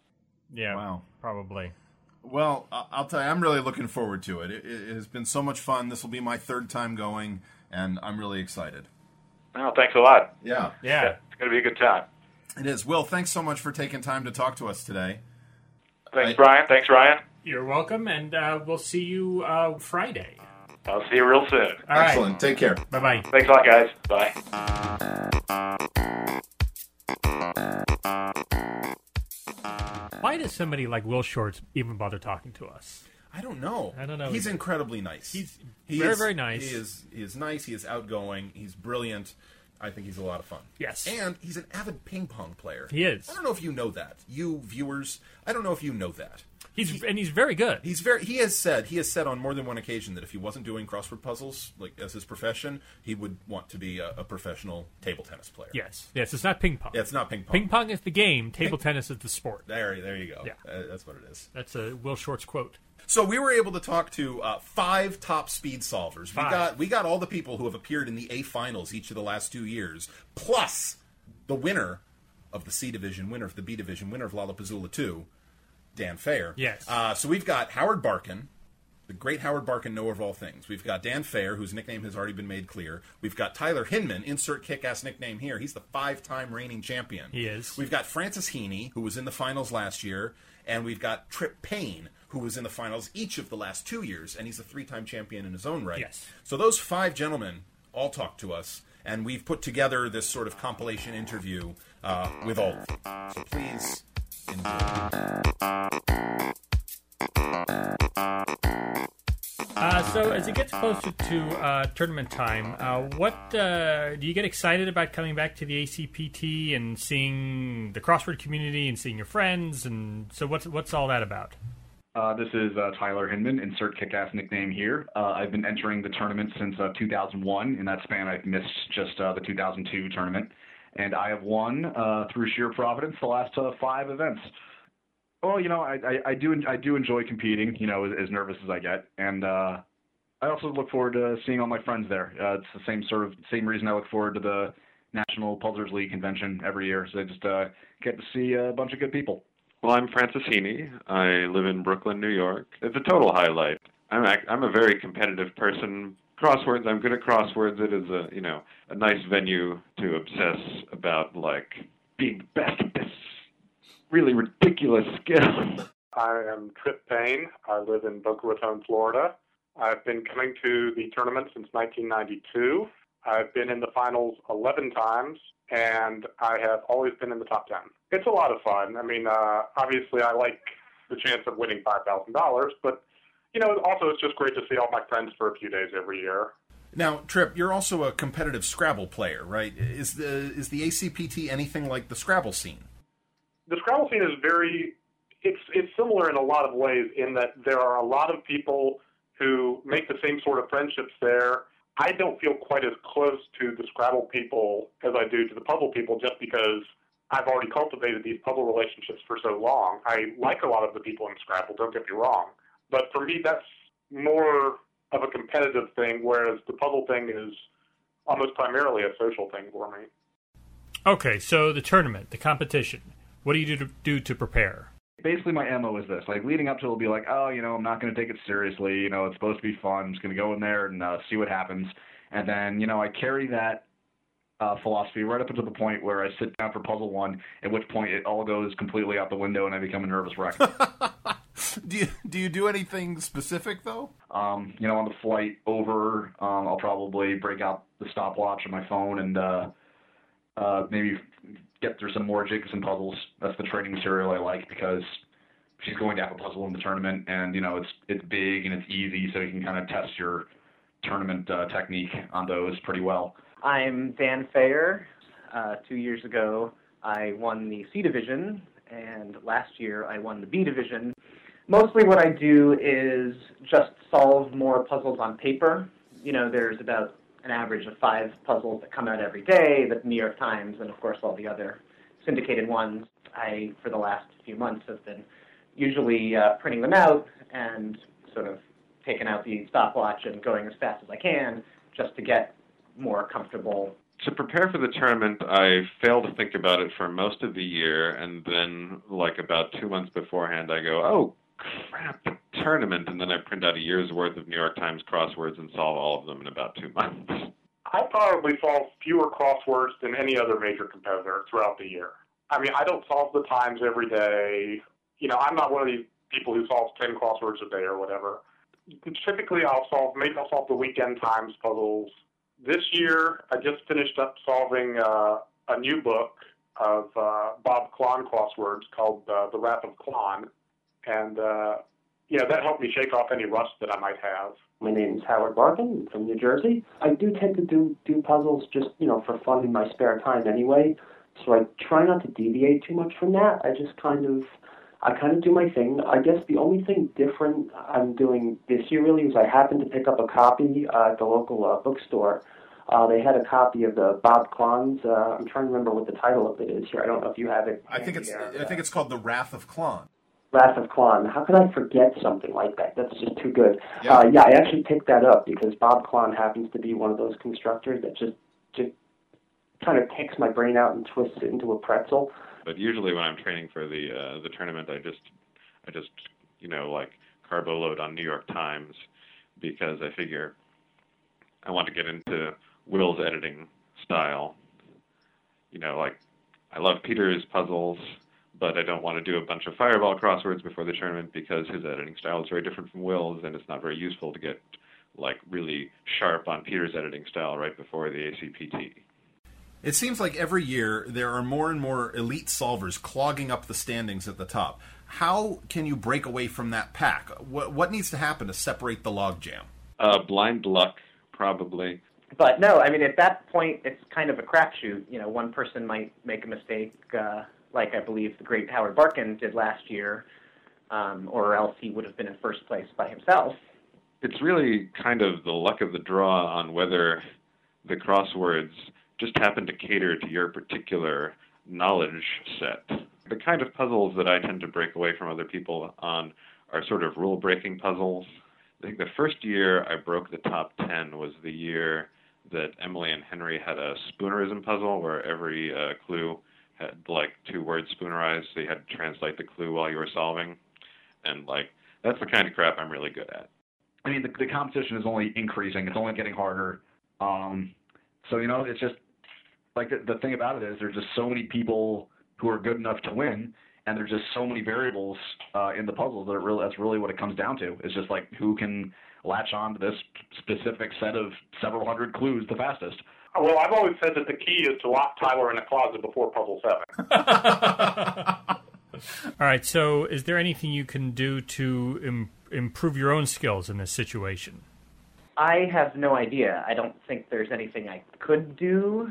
Speaker 1: yeah,
Speaker 2: Wow.
Speaker 1: probably.
Speaker 2: Well, I- I'll tell you, I'm really looking forward to it. It, it has been so much fun. This will be my third time going, and I'm really excited.
Speaker 3: No, thanks a lot.
Speaker 2: Yeah,
Speaker 1: Yeah,
Speaker 3: It's going to be a good time.
Speaker 2: it is. Will, thanks so much for taking time to talk to us today.
Speaker 3: Thanks,
Speaker 2: Right.
Speaker 3: Brian. Thanks, Ryan.
Speaker 1: you're welcome, and uh, we'll see you uh, Friday.
Speaker 3: I'll see you real soon.
Speaker 1: All right.
Speaker 2: Take care.
Speaker 1: Bye bye.
Speaker 3: Thanks a lot, guys. Bye.
Speaker 1: Why does somebody like Will Shorts even bother talking to us?
Speaker 2: I don't know.
Speaker 1: I don't know
Speaker 2: He's
Speaker 1: either.
Speaker 2: incredibly nice.
Speaker 1: He's very, very nice.
Speaker 2: He is. He is nice. He is outgoing. He's brilliant. I think he's a lot of fun.
Speaker 1: Yes.
Speaker 2: And he's an avid ping pong player.
Speaker 1: He is.
Speaker 2: I don't know if you know that, you viewers. I don't know if you know that.
Speaker 1: He's and he's very good.
Speaker 2: He's very. He has said. He has said on more than one occasion that if he wasn't doing crossword puzzles like as his profession, he would want to be a, a professional table tennis player.
Speaker 1: yes, yes. It's not ping pong.
Speaker 2: Yeah, it's not ping pong.
Speaker 1: Ping pong is the game. Table tennis is the sport.
Speaker 2: There, there you go.
Speaker 1: Yeah.
Speaker 2: Uh, that's what it is.
Speaker 1: That's a Will Shorts quote.
Speaker 2: So we were able to talk to uh, five top speed solvers. We
Speaker 1: Five.
Speaker 2: got we got all the people who have appeared in the A finals each of the last two years, plus the winner of the C division, winner of the B division, winner of Lollapuzzoola two, Dan Fair.
Speaker 1: Yes.
Speaker 2: Uh, so we've got Howard Barkin. The great Howard Barkin, knower of all things. We've got Dan Fair, whose nickname has already been made clear. We've got Tyler Hinman, insert kick-ass nickname here. He's the five-time reigning champion.
Speaker 1: He is.
Speaker 2: We've got Francis Heaney, who was in the finals last year, and we've got Trip Payne, who was in the finals each of the last two years, and he's a three time champion in his own right.
Speaker 1: Yes.
Speaker 2: So those five gentlemen all talked to us, and we've put together this sort of compilation interview uh, with all of them. So please enjoy.
Speaker 1: Uh, so as it gets closer to uh, tournament time, uh, what uh, do you get excited about coming back to the ACPT and seeing the crossword community and seeing your friends? And so what's what's all that about?
Speaker 4: Uh, this is uh, Tyler Hinman, insert kick-ass nickname here. Uh, I've been entering the tournament since uh, 2001. In that span, I've missed just uh, the 2002 tournament, and I have won uh, through sheer providence the last uh, five events. Well, you know, I, I, I do en- I do enjoy competing. You know, as, as nervous as I get, and uh, I also look forward to seeing all my friends there. Uh, it's the same sort of same reason I look forward to the National Puzzlers League convention every year. So I just uh, get to see a bunch of good people.
Speaker 5: Well, I'm Francesini. I live in Brooklyn, New York. It's a total highlight. I'm ac- I'm a very competitive person. Crosswords, I'm good at crosswords. It is a you know a nice venue to obsess about like being the best at this really ridiculous skill. [laughs]
Speaker 6: I am Trip Payne. I live in Boca Raton, Florida. I've been coming to the tournament since 1992. I've been in the finals 11 times, and I have always been in the top 10. It's a lot of fun. I mean, uh, obviously, I like the chance of winning $5,000, but, you know, also it's just great to see all my friends for a few days every year.
Speaker 2: Now, Trip, you're also a competitive Scrabble player, right? Is the is the ACPT anything like the Scrabble scene?
Speaker 6: the Scrabble scene is very it's it's similar in a lot of ways in that there are a lot of people who make the same sort of friendships there. I don't feel quite as close to the Scrabble people as I do to the puzzle people just because I've already cultivated these puzzle relationships for so long. I like a lot of the people in Scrabble, don't get me wrong. But for me that's more of a competitive thing, whereas the puzzle thing is almost primarily a social thing for me.
Speaker 1: Okay, so the tournament, the competition. What do you do to, do to prepare?
Speaker 4: basically my mo is this like leading up to it'll be like oh you know i'm not going to take it seriously you know it's supposed to be fun i'm just going to go in there and uh, see what happens and then you know i carry that uh, philosophy right up until the point where i sit down for puzzle one at which point it all goes completely out the window and i become a nervous wreck
Speaker 2: Do you do you do anything specific though?
Speaker 4: um, you know on the flight over um, i'll probably break out the stopwatch on my phone and uh, uh, maybe get through some more jigs and puzzles that's the training material i like because she's going to have a puzzle in the tournament, and you know it's it's big and it's easy, so you can kind of test your tournament uh, technique on those pretty well.
Speaker 7: I'm Dan Fayer. Uh, two years ago, I won the C division, and last year I won the B division. Mostly what I do is just solve more puzzles on paper. You know, there's about an average of five puzzles that come out every day, the New York Times, and of course all the other syndicated ones. I, for the last few months, have been usually uh, printing them out and sort of taking out the stopwatch and going as fast as I can just to get more comfortable.
Speaker 5: to prepare for the tournament, I fail to think about it for most of the year, and then like about two months beforehand, I go, "Oh crap, the tournament!" And then I print out a year's worth of New York Times crosswords and solve all of them in about two months.
Speaker 6: I probably solve fewer crosswords than any other major competitor throughout the year. I mean, I don't solve the times every day. You know, I'm not one of these people who solves 10 crosswords a day or whatever. Typically, I'll solve, maybe I'll solve the weekend times puzzles. This year, I just finished up solving uh, a new book of uh, Bob Klon crosswords called uh, The Wrath of Klon. And, uh, yeah, that helped me shake off any rust that I might have.
Speaker 8: My name's Howard Larkin. I'm from New Jersey. I do tend to do do puzzles just you know for fun in my spare time anyway. So I try not to deviate too much from that. I just kind of I kind of do my thing. I guess the only thing different I'm doing this year really is I happened to pick up a copy uh, at the local uh, bookstore. Uh, they had a copy of the Bob Klon's. Uh, I'm trying to remember what the title of it is here. I don't know if you have it.
Speaker 2: I think it's
Speaker 8: handy uh, there.
Speaker 2: I think it's called the Wrath of Klon.
Speaker 8: Wrath of Khan. How could I forget something like that? That's just too good. Yeah, uh, yeah I actually picked that up because Bob Klon happens to be one of those constructors that just just kind of takes my brain out and twists it into a pretzel.
Speaker 5: But usually, when I'm training for the uh, the tournament, I just I just you know like carbo load on New York Times because I figure I want to get into Will's editing style. You know, like I love Peter's puzzles, but I don't want to do a bunch of fireball crosswords before the tournament because his editing style is very different from Will's, and it's not very useful to get like really sharp on Peter's editing style right before the ACPT.
Speaker 2: It seems like every year there are more and more elite solvers clogging up the standings at the top. How can you break away from that pack? What, what needs to happen to separate the logjam?
Speaker 5: Uh, blind luck, probably.
Speaker 7: But no, I mean, at that point, it's kind of a crapshoot. You know, one person might make a mistake, uh, like I believe the great Howard Barkin did last year, um, or else he would have been in first place by himself.
Speaker 5: it's really kind of the luck of the draw on whether the crosswords just happen to cater to your particular knowledge set. The kind of puzzles that I tend to break away from other people on are sort of rule breaking puzzles. I think the first year I broke the top 10 was the year that Emily and Henry had a spoonerism puzzle where every uh, clue had like two words spoonerized, so you had to translate the clue while you were solving, and like that's the kind of crap I'm really good at.
Speaker 4: I mean, the, the competition is only increasing. It's only getting harder. Um, so you know, it's just like the, the thing about it is there's just so many people who are good enough to win, and there's just so many variables uh, in the puzzle that it really that's really what it comes down to. It's just like who can latch on to this specific set of several hundred clues the fastest.
Speaker 6: Well, I've always said that the key is to lock Tyler in a closet before puzzle seven.
Speaker 1: All right. So, is there anything you can do to Im- improve your own skills in this situation?
Speaker 7: I have no idea. I don't think there's anything I could do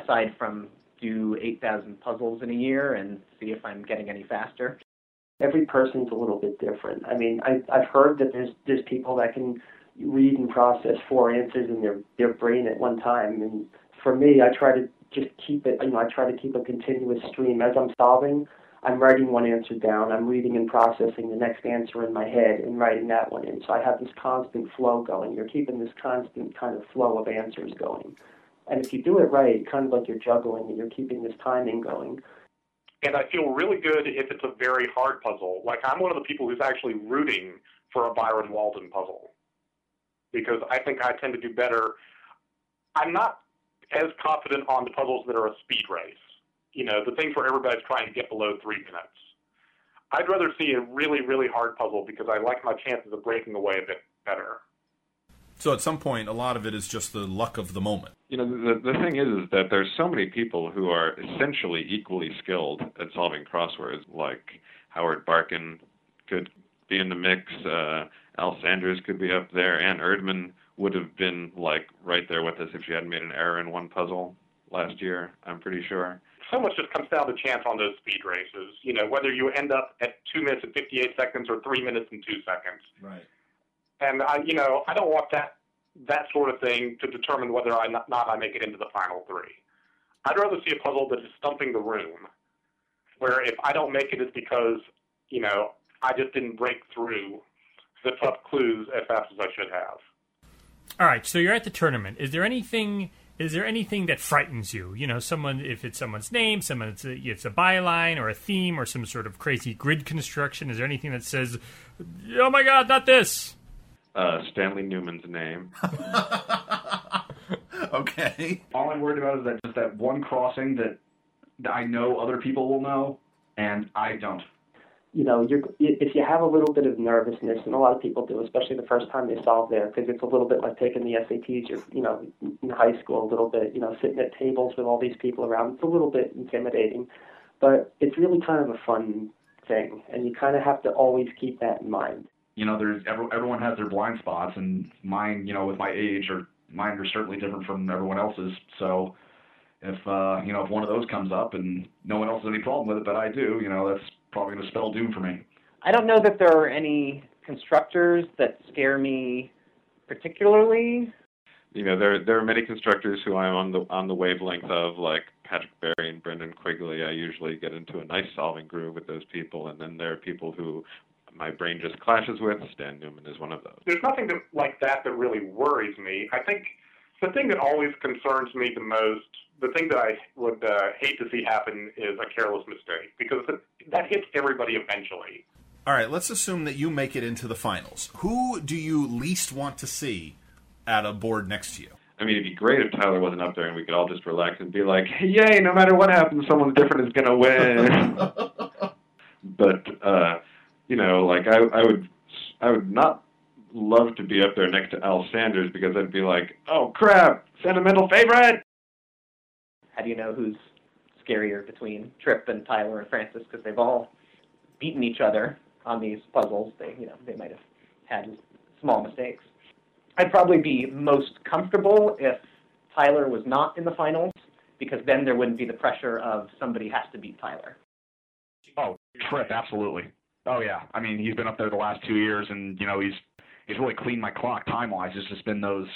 Speaker 7: aside from do 8,000 puzzles in a year and see if I'm getting any faster.
Speaker 8: every person's a little bit different. I mean, I, I've heard that there's there's people that can read and process four answers in their their brain at one time. And for me, I try to just keep it. You know, I try to keep a continuous stream as I'm solving. I'm writing one answer down. I'm reading and processing the next answer in my head and writing that one in. So I have this constant flow going. You're keeping this constant kind of flow of answers going. And if you do it right, kind of like you're juggling and you're keeping this timing going,
Speaker 6: and I feel really good if it's a very hard puzzle. Like I'm one of the people who's actually rooting for a Byron Walden puzzle because I think I tend to do better. I'm not as confident on the puzzles that are a speed race. You know, the things where everybody's trying to get below three minutes. I'd rather see a really, really hard puzzle because I like my chances of breaking away a bit better.
Speaker 2: So at some point, a lot of it is just the luck of the moment.
Speaker 5: You know, the, the thing is, is that there's so many people who are essentially equally skilled at solving crosswords, like Howard Barkin could be in the mix, uh, Al Sanders could be up there, Ann Erdman would have been like right there with us if she hadn't made an error in one puzzle last year. I'm pretty sure.
Speaker 6: so much just comes down to chance on those speed races. You know, whether you end up at two minutes and 58 seconds or three minutes and two seconds.
Speaker 2: Right.
Speaker 6: And I, you know, I don't want that that sort of thing to determine whether I not, not I make it into the final three. I'd rather see a puzzle that is stumping the room, where if I don't make it, it's because you know I just didn't break through the tough clues as fast as I should have.
Speaker 1: All right. So you're at the tournament. Is there anything? Is there anything that frightens you? You know, someone if it's someone's name, someone it's a, it's a byline or a theme or some sort of crazy grid construction. Is there anything that says, "Oh my God, not this"?
Speaker 5: Uh, Stanley Newman's name.
Speaker 2: [laughs] Okay.
Speaker 4: All I'm worried about is that just that one crossing that, that I know other people will know, and I don't.
Speaker 8: you know, you're, if you have a little bit of nervousness, and a lot of people do, especially the first time they solve there, because it's a little bit like taking the SATs, you're, you know, in high school a little bit, you know, sitting at tables with all these people around. It's a little bit intimidating, but it's really kind of a fun thing, and you kind of have to always keep that in mind.
Speaker 4: you know, there's every, everyone has their blind spots, and mine, you know, with my age, or mine are certainly different from everyone else's. So, if uh, you know, if one of those comes up and no one else has any problem with it, but I do, you know, that's probably going to spell doom for me.
Speaker 7: I don't know that there are any constructors that scare me particularly.
Speaker 5: you know, there there are many constructors who I'm on the on the wavelength of, like Patrick Barry and Brendan Quigley. I usually get into a nice solving groove with those people, and then there are people who my brain just clashes with. Stan Newman is one of those.
Speaker 6: there's nothing that, like that that really worries me. I think the thing that always concerns me the most, the thing that I would uh, hate to see happen, is a careless mistake because that, that hits everybody eventually.
Speaker 2: All right, let's assume that you make it into the finals. Who do you least want to see at a board next to you?
Speaker 5: I mean, it'd be great if Tyler wasn't up there and we could all just relax and be like, "Yay! No matter what happens, someone different is gonna win." but uh, you know, like I, I would, I would not love to be up there next to Al Sanders because I'd be like, "Oh crap, sentimental favorite."
Speaker 7: How do you know who's scarier between Tripp and Tyler and Francis? Because they've all beaten each other on these puzzles. They, you know, they might have had small mistakes. I'd probably be most comfortable if Tyler was not in the finals, because then there wouldn't be the pressure of somebody has to beat Tyler.
Speaker 4: Oh, Trip, absolutely. Oh yeah, I mean, he's been up there the last two years, and you know, he's he's really cleaned my clock time wise. It's just been those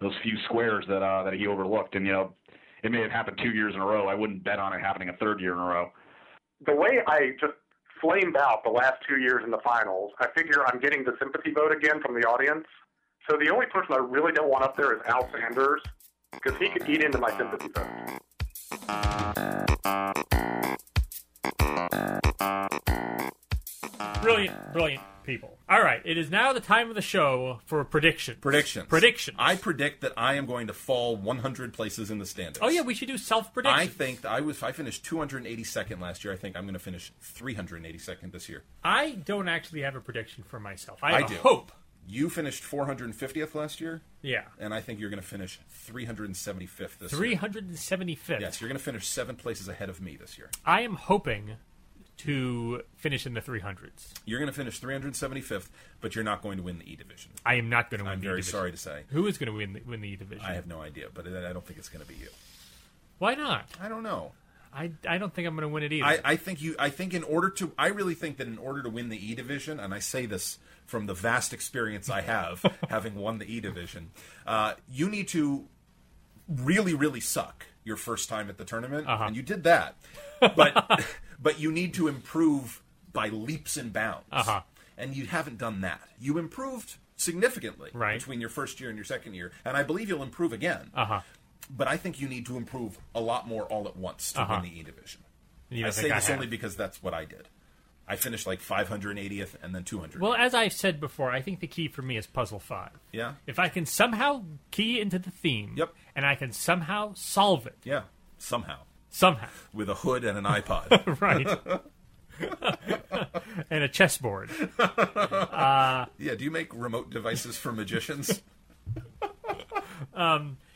Speaker 4: those few squares that uh, that he overlooked, and you know, it may have happened two years in a row. I wouldn't bet on it happening a third year in a row.
Speaker 6: The way I just flamed out the last two years in the finals, I figure I'm getting the sympathy vote again from the audience. So the only person I really don't want up there is Al Sanders because he could eat into my sympathy vote.
Speaker 5: All
Speaker 1: Brilliant, brilliant people. All right, it is now the time of the show for predictions.
Speaker 2: Predictions.
Speaker 1: Predictions.
Speaker 2: I predict that I am going to fall 100 places in the standings.
Speaker 1: oh yeah, we should do self
Speaker 2: I
Speaker 1: predictions.
Speaker 2: think that I was I finished 282nd last year. I think I'm going to finish 382nd this year.
Speaker 1: I don't actually have a prediction for myself. I, have
Speaker 2: I
Speaker 1: a
Speaker 2: do.
Speaker 1: hope.
Speaker 2: You finished 450th last year,
Speaker 1: Yeah.
Speaker 2: and I think you're going to finish 375th this year.
Speaker 1: 375th.
Speaker 2: Yes, you're going to finish seven places ahead of me this year.
Speaker 1: I am hoping to finish in the 300s.
Speaker 2: You're going to finish 375th, but you're not going to win the E division.
Speaker 1: I am not going to win
Speaker 2: I'm E
Speaker 1: the
Speaker 2: very
Speaker 1: division.
Speaker 2: sorry to say.
Speaker 1: Who is going to win the, win the division?
Speaker 2: I have no idea, but I I don't think it's going to be you.
Speaker 1: Why not?
Speaker 2: I don't know.
Speaker 1: I, I don't think I'm going to win it either.
Speaker 2: I, I think you. I think in order to, I really think that in order to win the E division, and I say this from the vast experience I
Speaker 1: [laughs]
Speaker 2: have, having won the E division, uh, you need to really, really suck your first time at the tournament,
Speaker 1: Uh-huh.
Speaker 2: and you did that. But [laughs] but you need to improve by leaps and bounds,
Speaker 1: Uh-huh.
Speaker 2: and you haven't done that. You improved significantly
Speaker 1: Right.
Speaker 2: between your first year and your second year, and I believe you'll improve again.
Speaker 1: uh-huh.
Speaker 2: But I think you need to improve a lot more all at once to
Speaker 1: Uh-huh.
Speaker 2: win the E division.
Speaker 1: You
Speaker 2: I
Speaker 1: don't
Speaker 2: say
Speaker 1: think
Speaker 2: this
Speaker 1: have.
Speaker 2: only because that's what I did. I finished like 580th and then 200.
Speaker 1: Well, as I've said before, I think the key for me is Puzzle 5.
Speaker 2: yeah,
Speaker 1: If I can somehow key into the theme,
Speaker 2: Yep.
Speaker 1: and I can somehow solve it,
Speaker 2: yeah, somehow
Speaker 1: somehow, [laughs]
Speaker 2: with a hood and an iPod. [laughs]
Speaker 1: right? and a chessboard.
Speaker 2: yeah, do you make remote devices for magicians?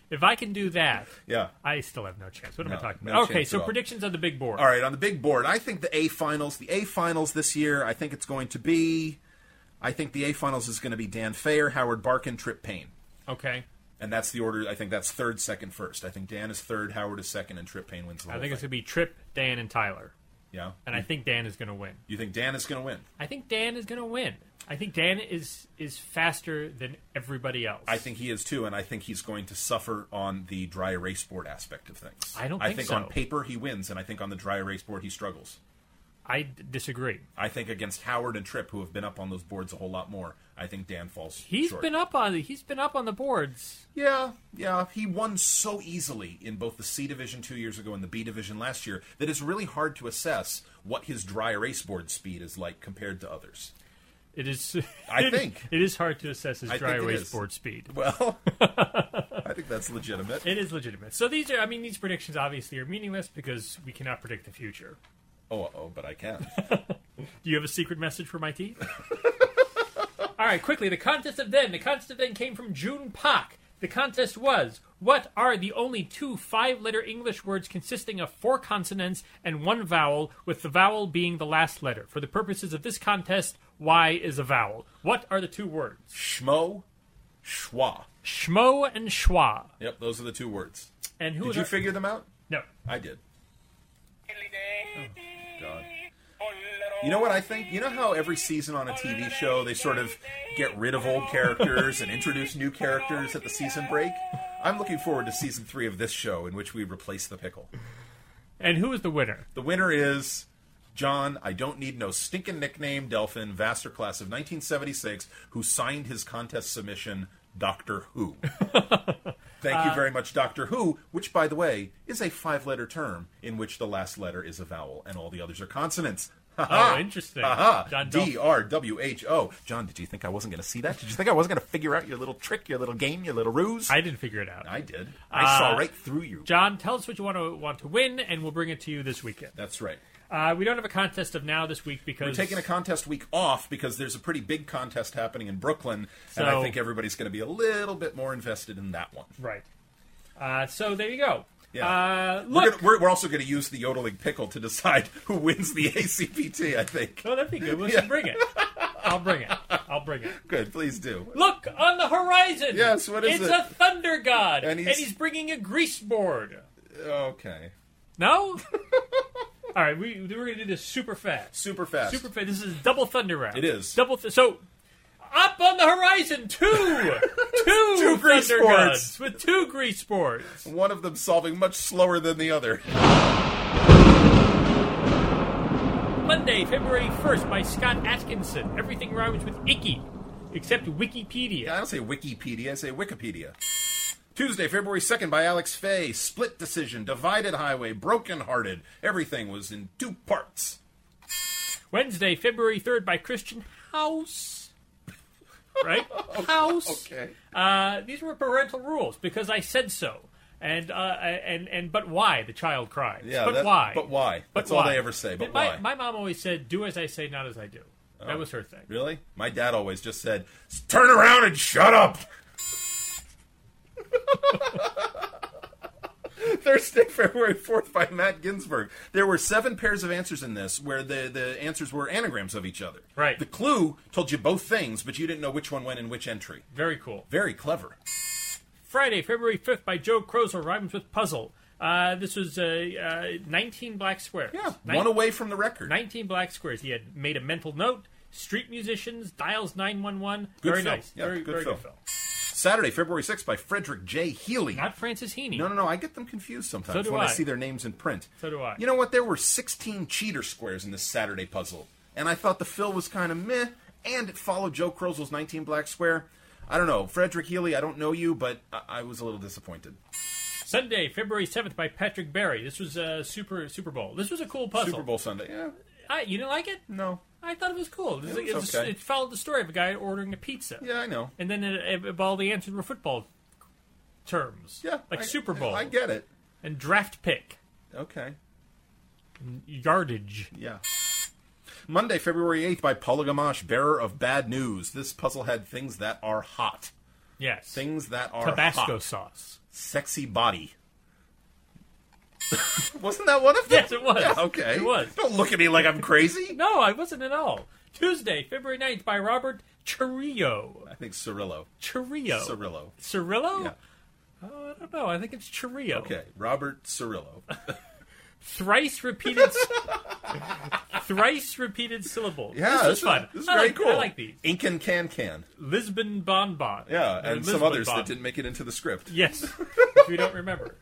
Speaker 1: If I can do that,
Speaker 2: Yeah.
Speaker 1: I still have no chance. What am I
Speaker 2: No,
Speaker 1: talking
Speaker 2: no
Speaker 1: about? Okay,
Speaker 2: chance at
Speaker 1: so
Speaker 2: all.
Speaker 1: predictions on the big board.
Speaker 2: All right, on the big board, I think the A finals, the A finals this year, I think it's going to be, I think the A finals is going to be Dan Fayer, Howard Barkin, Trip Payne.
Speaker 1: Okay,
Speaker 2: And that's the order. I think that's third, second, first. I think Dan is third, Howard is second, and Trip Payne wins the
Speaker 1: I
Speaker 2: whole
Speaker 1: think it's
Speaker 2: thing.
Speaker 1: going to be Trip, Dan, and Tyler,
Speaker 2: yeah.
Speaker 1: and I think Dan is going to win.
Speaker 2: you think Dan is going to win?
Speaker 1: I think Dan is going to win. I think Dan is is faster than everybody else.
Speaker 2: I think he is too, and I think he's going to suffer on the dry erase board aspect of things.
Speaker 1: I don't
Speaker 2: I
Speaker 1: think
Speaker 2: think
Speaker 1: so.
Speaker 2: on paper he wins, and I think on the dry erase board he struggles.
Speaker 1: I d- disagree.
Speaker 2: I think against Howard and Tripp, who have been up on those boards a whole lot more, I think Dan falls.
Speaker 1: He's
Speaker 2: short.
Speaker 1: been up on he's been up on the boards.
Speaker 2: Yeah, yeah. He won so easily in both the C division two years ago and the B division last year that it's really hard to assess what his dry erase board speed is like compared to others. [laughs]
Speaker 1: It is. [laughs]
Speaker 2: I think.
Speaker 1: it is hard to assess his
Speaker 2: I
Speaker 1: dry
Speaker 2: think it
Speaker 1: erase
Speaker 2: is.
Speaker 1: board speed.
Speaker 2: Well, I think that's legitimate.
Speaker 1: It is legitimate. So these are, I mean, these predictions obviously are meaningless because we cannot predict the future.
Speaker 2: Oh, oh, but I can.
Speaker 1: Do you have a secret message for my teeth? [laughs] All right, quickly, the contest of then. The contest of then came from June Pak. The contest was what are the only two five letter English words consisting of four consonants and one vowel, with the vowel being the last letter? For the purposes of this contest, Y is a vowel. What are the two words?
Speaker 2: Schmo, schwa.
Speaker 1: Schmo and schwa.
Speaker 2: Yep, those are the two words.
Speaker 1: And who
Speaker 2: Did
Speaker 1: is
Speaker 2: you
Speaker 1: our-
Speaker 2: figure them out?
Speaker 1: No.
Speaker 2: I did. God. You know what I think? You know how every season on a TV show they sort of get rid of old characters and introduce new characters at the season break? I'm looking forward to season three of this show in which we replace the pickle.
Speaker 1: And who is the winner?
Speaker 2: The winner is John, I don't need no stinking nickname, Delphin, Vassar class of 1976, who signed his contest submission, Doctor
Speaker 1: [laughs]
Speaker 2: Who. Thank
Speaker 1: Uh,
Speaker 2: you very much, Doctor Who, which, by the way, is a five letter term in which the last letter is a vowel and all the others are consonants.
Speaker 1: Oh, interesting. John Dolphin.
Speaker 2: Ah. D R W H O. John, did you think I wasn't going to see that? Did you think I wasn't going to figure out your little trick, your little game, your little ruse?
Speaker 1: I Uh, didn't figure it out.
Speaker 2: I did. I saw right through you.
Speaker 1: John, tell us what you want to want to win, and we'll bring it to you this weekend.
Speaker 2: That's right.
Speaker 1: Uh, we don't have a contest of now this week because
Speaker 2: We're taking a contest week off because there's a pretty big contest happening in Brooklyn, and
Speaker 1: So-
Speaker 2: I think everybody's going to be a little bit more invested in that one.
Speaker 1: right. Uh, so there you go.
Speaker 2: Yeah.
Speaker 1: Uh, look,
Speaker 2: We're, gonna, we're, we're also going to use the yodeling pickle to decide [laughs] who wins the ACPT. I think.
Speaker 1: oh, that'd be good.
Speaker 2: [laughs]
Speaker 1: We'll just bring it. I'll bring it. I'll bring it.
Speaker 2: Good, please do.
Speaker 1: Look on the horizon.
Speaker 2: Yes, what is
Speaker 1: it's
Speaker 2: it?
Speaker 1: a thunder god, and
Speaker 2: And
Speaker 1: he's,
Speaker 2: he's-
Speaker 1: bringing a grease board.
Speaker 2: Okay, [laughs]
Speaker 1: No. All right, we we're gonna do this super fast.
Speaker 2: super fast.
Speaker 1: Super fast. This is double thunder round.
Speaker 2: It is.
Speaker 1: double. Th- so up on the horizon, two,
Speaker 2: [laughs]
Speaker 1: two,
Speaker 2: Two grease
Speaker 1: thunder
Speaker 2: boards.
Speaker 1: gods with two grease boards.
Speaker 2: One of them solving much slower than the other.
Speaker 1: Monday, February 1st by Scott Atkinson. Everything rhymes with icky, except Wikipedia.
Speaker 2: I don't say Wikipedia, I say Wikipedia. Tuesday, February 2nd by Alex Fay. Split decision, divided highway, broken hearted. Everything was in two parts.
Speaker 1: Wednesday, February 3rd by Christian House. Right? House.
Speaker 2: [laughs] Okay.
Speaker 1: Uh, these were parental rules because I said so. And uh, and and but why the child cries?
Speaker 2: Yeah,
Speaker 1: but
Speaker 2: that-
Speaker 1: why?
Speaker 2: but why?
Speaker 1: But
Speaker 2: That's all
Speaker 1: why?
Speaker 2: they ever say, but
Speaker 1: my,
Speaker 2: why? Oh.
Speaker 1: My mom always said, "Do as I say, not as I do." That was her thing.
Speaker 2: Really? My dad always just said, "S- "Turn around and shut up." Thursday, February 4th by Matt Ginsburg. There were seven pairs of answers in this where the, the answers were anagrams of each other.
Speaker 1: Right.
Speaker 2: The clue told you both things, but you didn't know which one went in which entry.
Speaker 1: Very cool.
Speaker 2: Very clever.
Speaker 1: Friday, February 5th by Joe Crozer, rhymes with puzzle. Uh, this was uh, uh, 19 black squares.
Speaker 2: Yeah.
Speaker 1: Nin-
Speaker 2: one away from the record.
Speaker 1: 19 black squares. He had made a mental note. Street musicians, dials 911. very
Speaker 2: film.
Speaker 1: nice.
Speaker 2: Yeah,
Speaker 1: very
Speaker 2: good
Speaker 1: very
Speaker 2: film.
Speaker 1: good film.
Speaker 2: Saturday, February 6th by Frederick J. Healy.
Speaker 1: Not Francis Heaney.
Speaker 2: No, no, no. I get them confused
Speaker 1: So
Speaker 2: sometimes
Speaker 1: do
Speaker 2: when I.
Speaker 1: I.
Speaker 2: see their names in print.
Speaker 1: So do I.
Speaker 2: You know what? There were 16 cheater squares in this Saturday puzzle, and I thought the fill was kind of meh, and it followed Joe Krozel's 19 black square. I don't know. Frederick Healy, I don't know you, but I, I was a little disappointed.
Speaker 1: Sunday, February 7th by Patrick Barry. This was uh, Super Super Bowl. This was a cool puzzle.
Speaker 2: Super Bowl Sunday. Yeah,
Speaker 1: I, you didn't like it?
Speaker 2: no.
Speaker 1: I thought it was cool. It, was,
Speaker 2: It was
Speaker 1: it was-
Speaker 2: okay.
Speaker 1: it followed the story of a guy ordering a pizza.
Speaker 2: Yeah, I know.
Speaker 1: And then it, it- all the answers were football terms.
Speaker 2: Yeah.
Speaker 1: Like
Speaker 2: I-
Speaker 1: Super Bowl.
Speaker 2: I get it.
Speaker 1: and draft pick.
Speaker 2: Okay.
Speaker 1: Yardage.
Speaker 2: Yeah. Monday, February 8th by Paula Gamache, Bearer of Bad News. This puzzle had things that are hot.
Speaker 1: Yes.
Speaker 2: Things that are
Speaker 1: Tabasco
Speaker 2: hot.
Speaker 1: sauce.
Speaker 2: sexy body. [laughs] Wasn't that one of them?
Speaker 1: Yes, it was.
Speaker 2: Yeah, okay.
Speaker 1: It was.
Speaker 2: Don't look at me like
Speaker 1: [laughs]
Speaker 2: I'm crazy.
Speaker 1: No, I wasn't at all. Tuesday, February 9th by Robert Chirillo.
Speaker 2: I think Cirillo.
Speaker 1: Chirillo.
Speaker 2: Cirillo.
Speaker 1: Cirillo?
Speaker 2: Yeah.
Speaker 1: Oh, I don't know. I think it's Chirillo.
Speaker 2: Okay,
Speaker 1: [laughs]
Speaker 2: Robert Cirillo.
Speaker 1: Thrice repeated.
Speaker 2: [laughs]
Speaker 1: thrice repeated syllables.
Speaker 2: Yeah,
Speaker 1: this, is fun.
Speaker 2: This is
Speaker 1: I
Speaker 2: very
Speaker 1: like,
Speaker 2: cool.
Speaker 1: I like these.
Speaker 2: Ink and Can Can.
Speaker 1: Lisbon Bonbon.
Speaker 2: Yeah,
Speaker 1: Or
Speaker 2: and some
Speaker 1: Lisbon
Speaker 2: others
Speaker 1: Bon.
Speaker 2: that didn't make it into the script. [laughs]
Speaker 1: Yes, if you don't remember.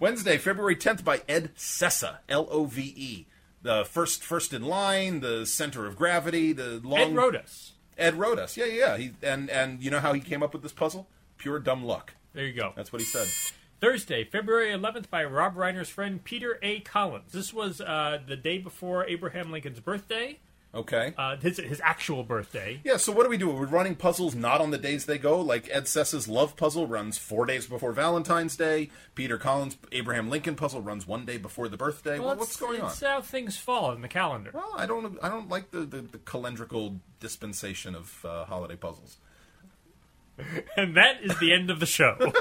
Speaker 2: Wednesday, February 10th by Ed Sessa, L O V E. The first first in line, the center of gravity, the long
Speaker 1: Ed wrote us.
Speaker 2: Ed wrote us. Yeah, yeah, yeah. He, and and you know how he came up with this puzzle? Pure dumb luck.
Speaker 1: There you go.
Speaker 2: That's what he said.
Speaker 1: Thursday, February 11th, by Rob Reiner's friend Peter A. Collins. This was uh, the day before Abraham Lincoln's birthday,
Speaker 2: Okay.
Speaker 1: uh, his, his actual birthday.
Speaker 2: Yeah, so what do we do? We're running puzzles not on the days they go. Like Ed Sess's love puzzle runs four days before Valentine's Day. Peter Collins' Abraham Lincoln puzzle runs one day before the birthday. Well,
Speaker 1: it's-
Speaker 2: what's going on?
Speaker 1: It's how things fall in the calendar.
Speaker 2: Well, I don't. I don't like the the, the calendrical dispensation of uh, holiday puzzles.
Speaker 1: And that is the end of the show.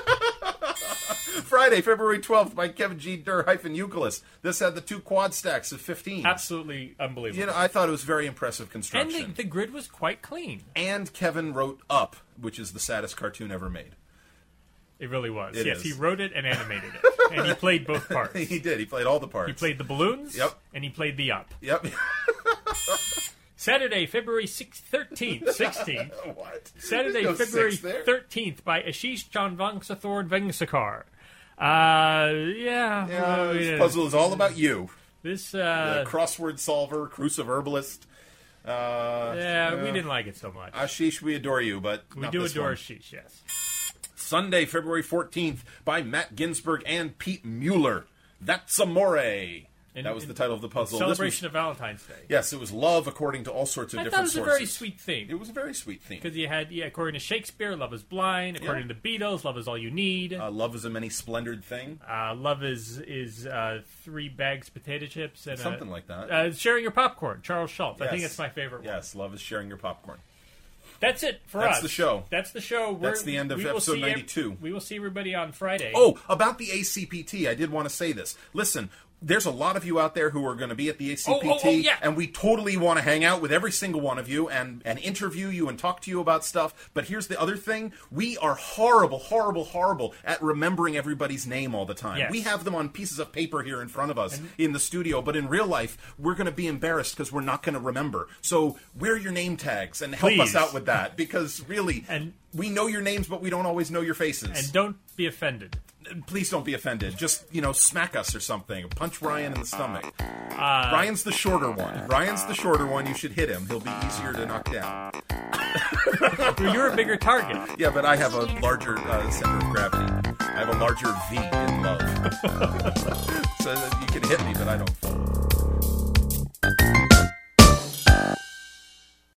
Speaker 2: Friday, February twelfth, by Kevin G. Durr hyphen Euclid. This had the two quad stacks of fifteen.
Speaker 1: Absolutely unbelievable.
Speaker 2: You know, I thought it was very impressive
Speaker 1: and
Speaker 2: construction.
Speaker 1: the, the grid was quite clean.
Speaker 2: And Kevin wrote up, which is the saddest cartoon ever made. [laughs]
Speaker 1: It really was.
Speaker 2: It
Speaker 1: yes,
Speaker 2: is.
Speaker 1: he wrote it and animated [laughs] it. and he played both parts.
Speaker 2: He
Speaker 1: He
Speaker 2: did. He played all the parts.
Speaker 1: played the balloons,
Speaker 2: Yep.
Speaker 1: and he played the up.
Speaker 2: Yep. [laughs]
Speaker 1: Saturday, February 6th, 13th, 16th.
Speaker 2: what?
Speaker 1: Saturday,
Speaker 2: [laughs] There's no
Speaker 1: February
Speaker 2: six there.
Speaker 1: 13th by Ashish Janvangsathor Vengsakar. Uh, yeah.
Speaker 2: Yeah,
Speaker 1: uh,
Speaker 2: this
Speaker 1: yeah.
Speaker 2: puzzle is all about you.
Speaker 1: This,
Speaker 2: The
Speaker 1: uh,
Speaker 2: crossword solver, cruciverbalist. Uh,
Speaker 1: yeah, we didn't like it so much.
Speaker 2: Ashish, we adore you, but
Speaker 1: we
Speaker 2: not
Speaker 1: do
Speaker 2: this
Speaker 1: adore
Speaker 2: one.
Speaker 1: Ashish, yes.
Speaker 2: Sunday, February 14th, by Matt Ginsburg and Pete Mueller. That's Amore. that was
Speaker 1: and-
Speaker 2: the title of the puzzle. This was-
Speaker 1: Celebration of Valentine's Day.
Speaker 2: yes, it was love according to all sorts of
Speaker 1: I thought it
Speaker 2: different
Speaker 1: was
Speaker 2: sources.
Speaker 1: a very sweet
Speaker 2: It
Speaker 1: theme.
Speaker 2: was a very sweet theme.
Speaker 1: Because you had, yeah, according to Shakespeare, love is blind. According to the Beatles, love is all you need.
Speaker 2: Uh, love is a many splendored thing.
Speaker 1: Uh, love is is uh, three bags potato chips and uh,
Speaker 2: Something like that.
Speaker 1: Uh, sharing your popcorn, Charles Schultz. I think
Speaker 2: Yes.
Speaker 1: that's my favorite one.
Speaker 2: yes, love is sharing your popcorn.
Speaker 1: That's it for us.
Speaker 2: That's the show.
Speaker 1: That's the show. We're,
Speaker 2: That's the end of
Speaker 1: we will
Speaker 2: episode
Speaker 1: see ev-
Speaker 2: 92.
Speaker 1: we will see everybody on Friday.
Speaker 2: Oh, about the ACPT, I did want to say this. Listen, there's a lot of you out there who are going to be at the ACPT,
Speaker 1: Oh, oh, oh, yeah.
Speaker 2: and we totally want to hang out with every single one of you and, and interview you and talk to you about stuff. But here's the other thing we are horrible, horrible, horrible at remembering everybody's name all the time.
Speaker 1: Yes.
Speaker 2: We have them on pieces of paper here in front of us in the studio, but in real life, we're going to be embarrassed because we're not going to remember. So wear your name tags and help us
Speaker 1: Please.
Speaker 2: out with that because really,
Speaker 1: And-
Speaker 2: we know your names, but we don't always know your faces
Speaker 1: and don't be offended.
Speaker 2: please don't be offended. Just you know, smack us or something. Punch Ryan in the stomach. Ryan's the shorter one. Ryan's the shorter one. You should hit him. He'll be easier to knock down.
Speaker 1: You're a bigger
Speaker 2: [laughs]
Speaker 1: target.
Speaker 2: Yeah, but I have a larger uh, center of gravity. [laughs] I have a larger V in love. so that you can hit me, but I don't fall.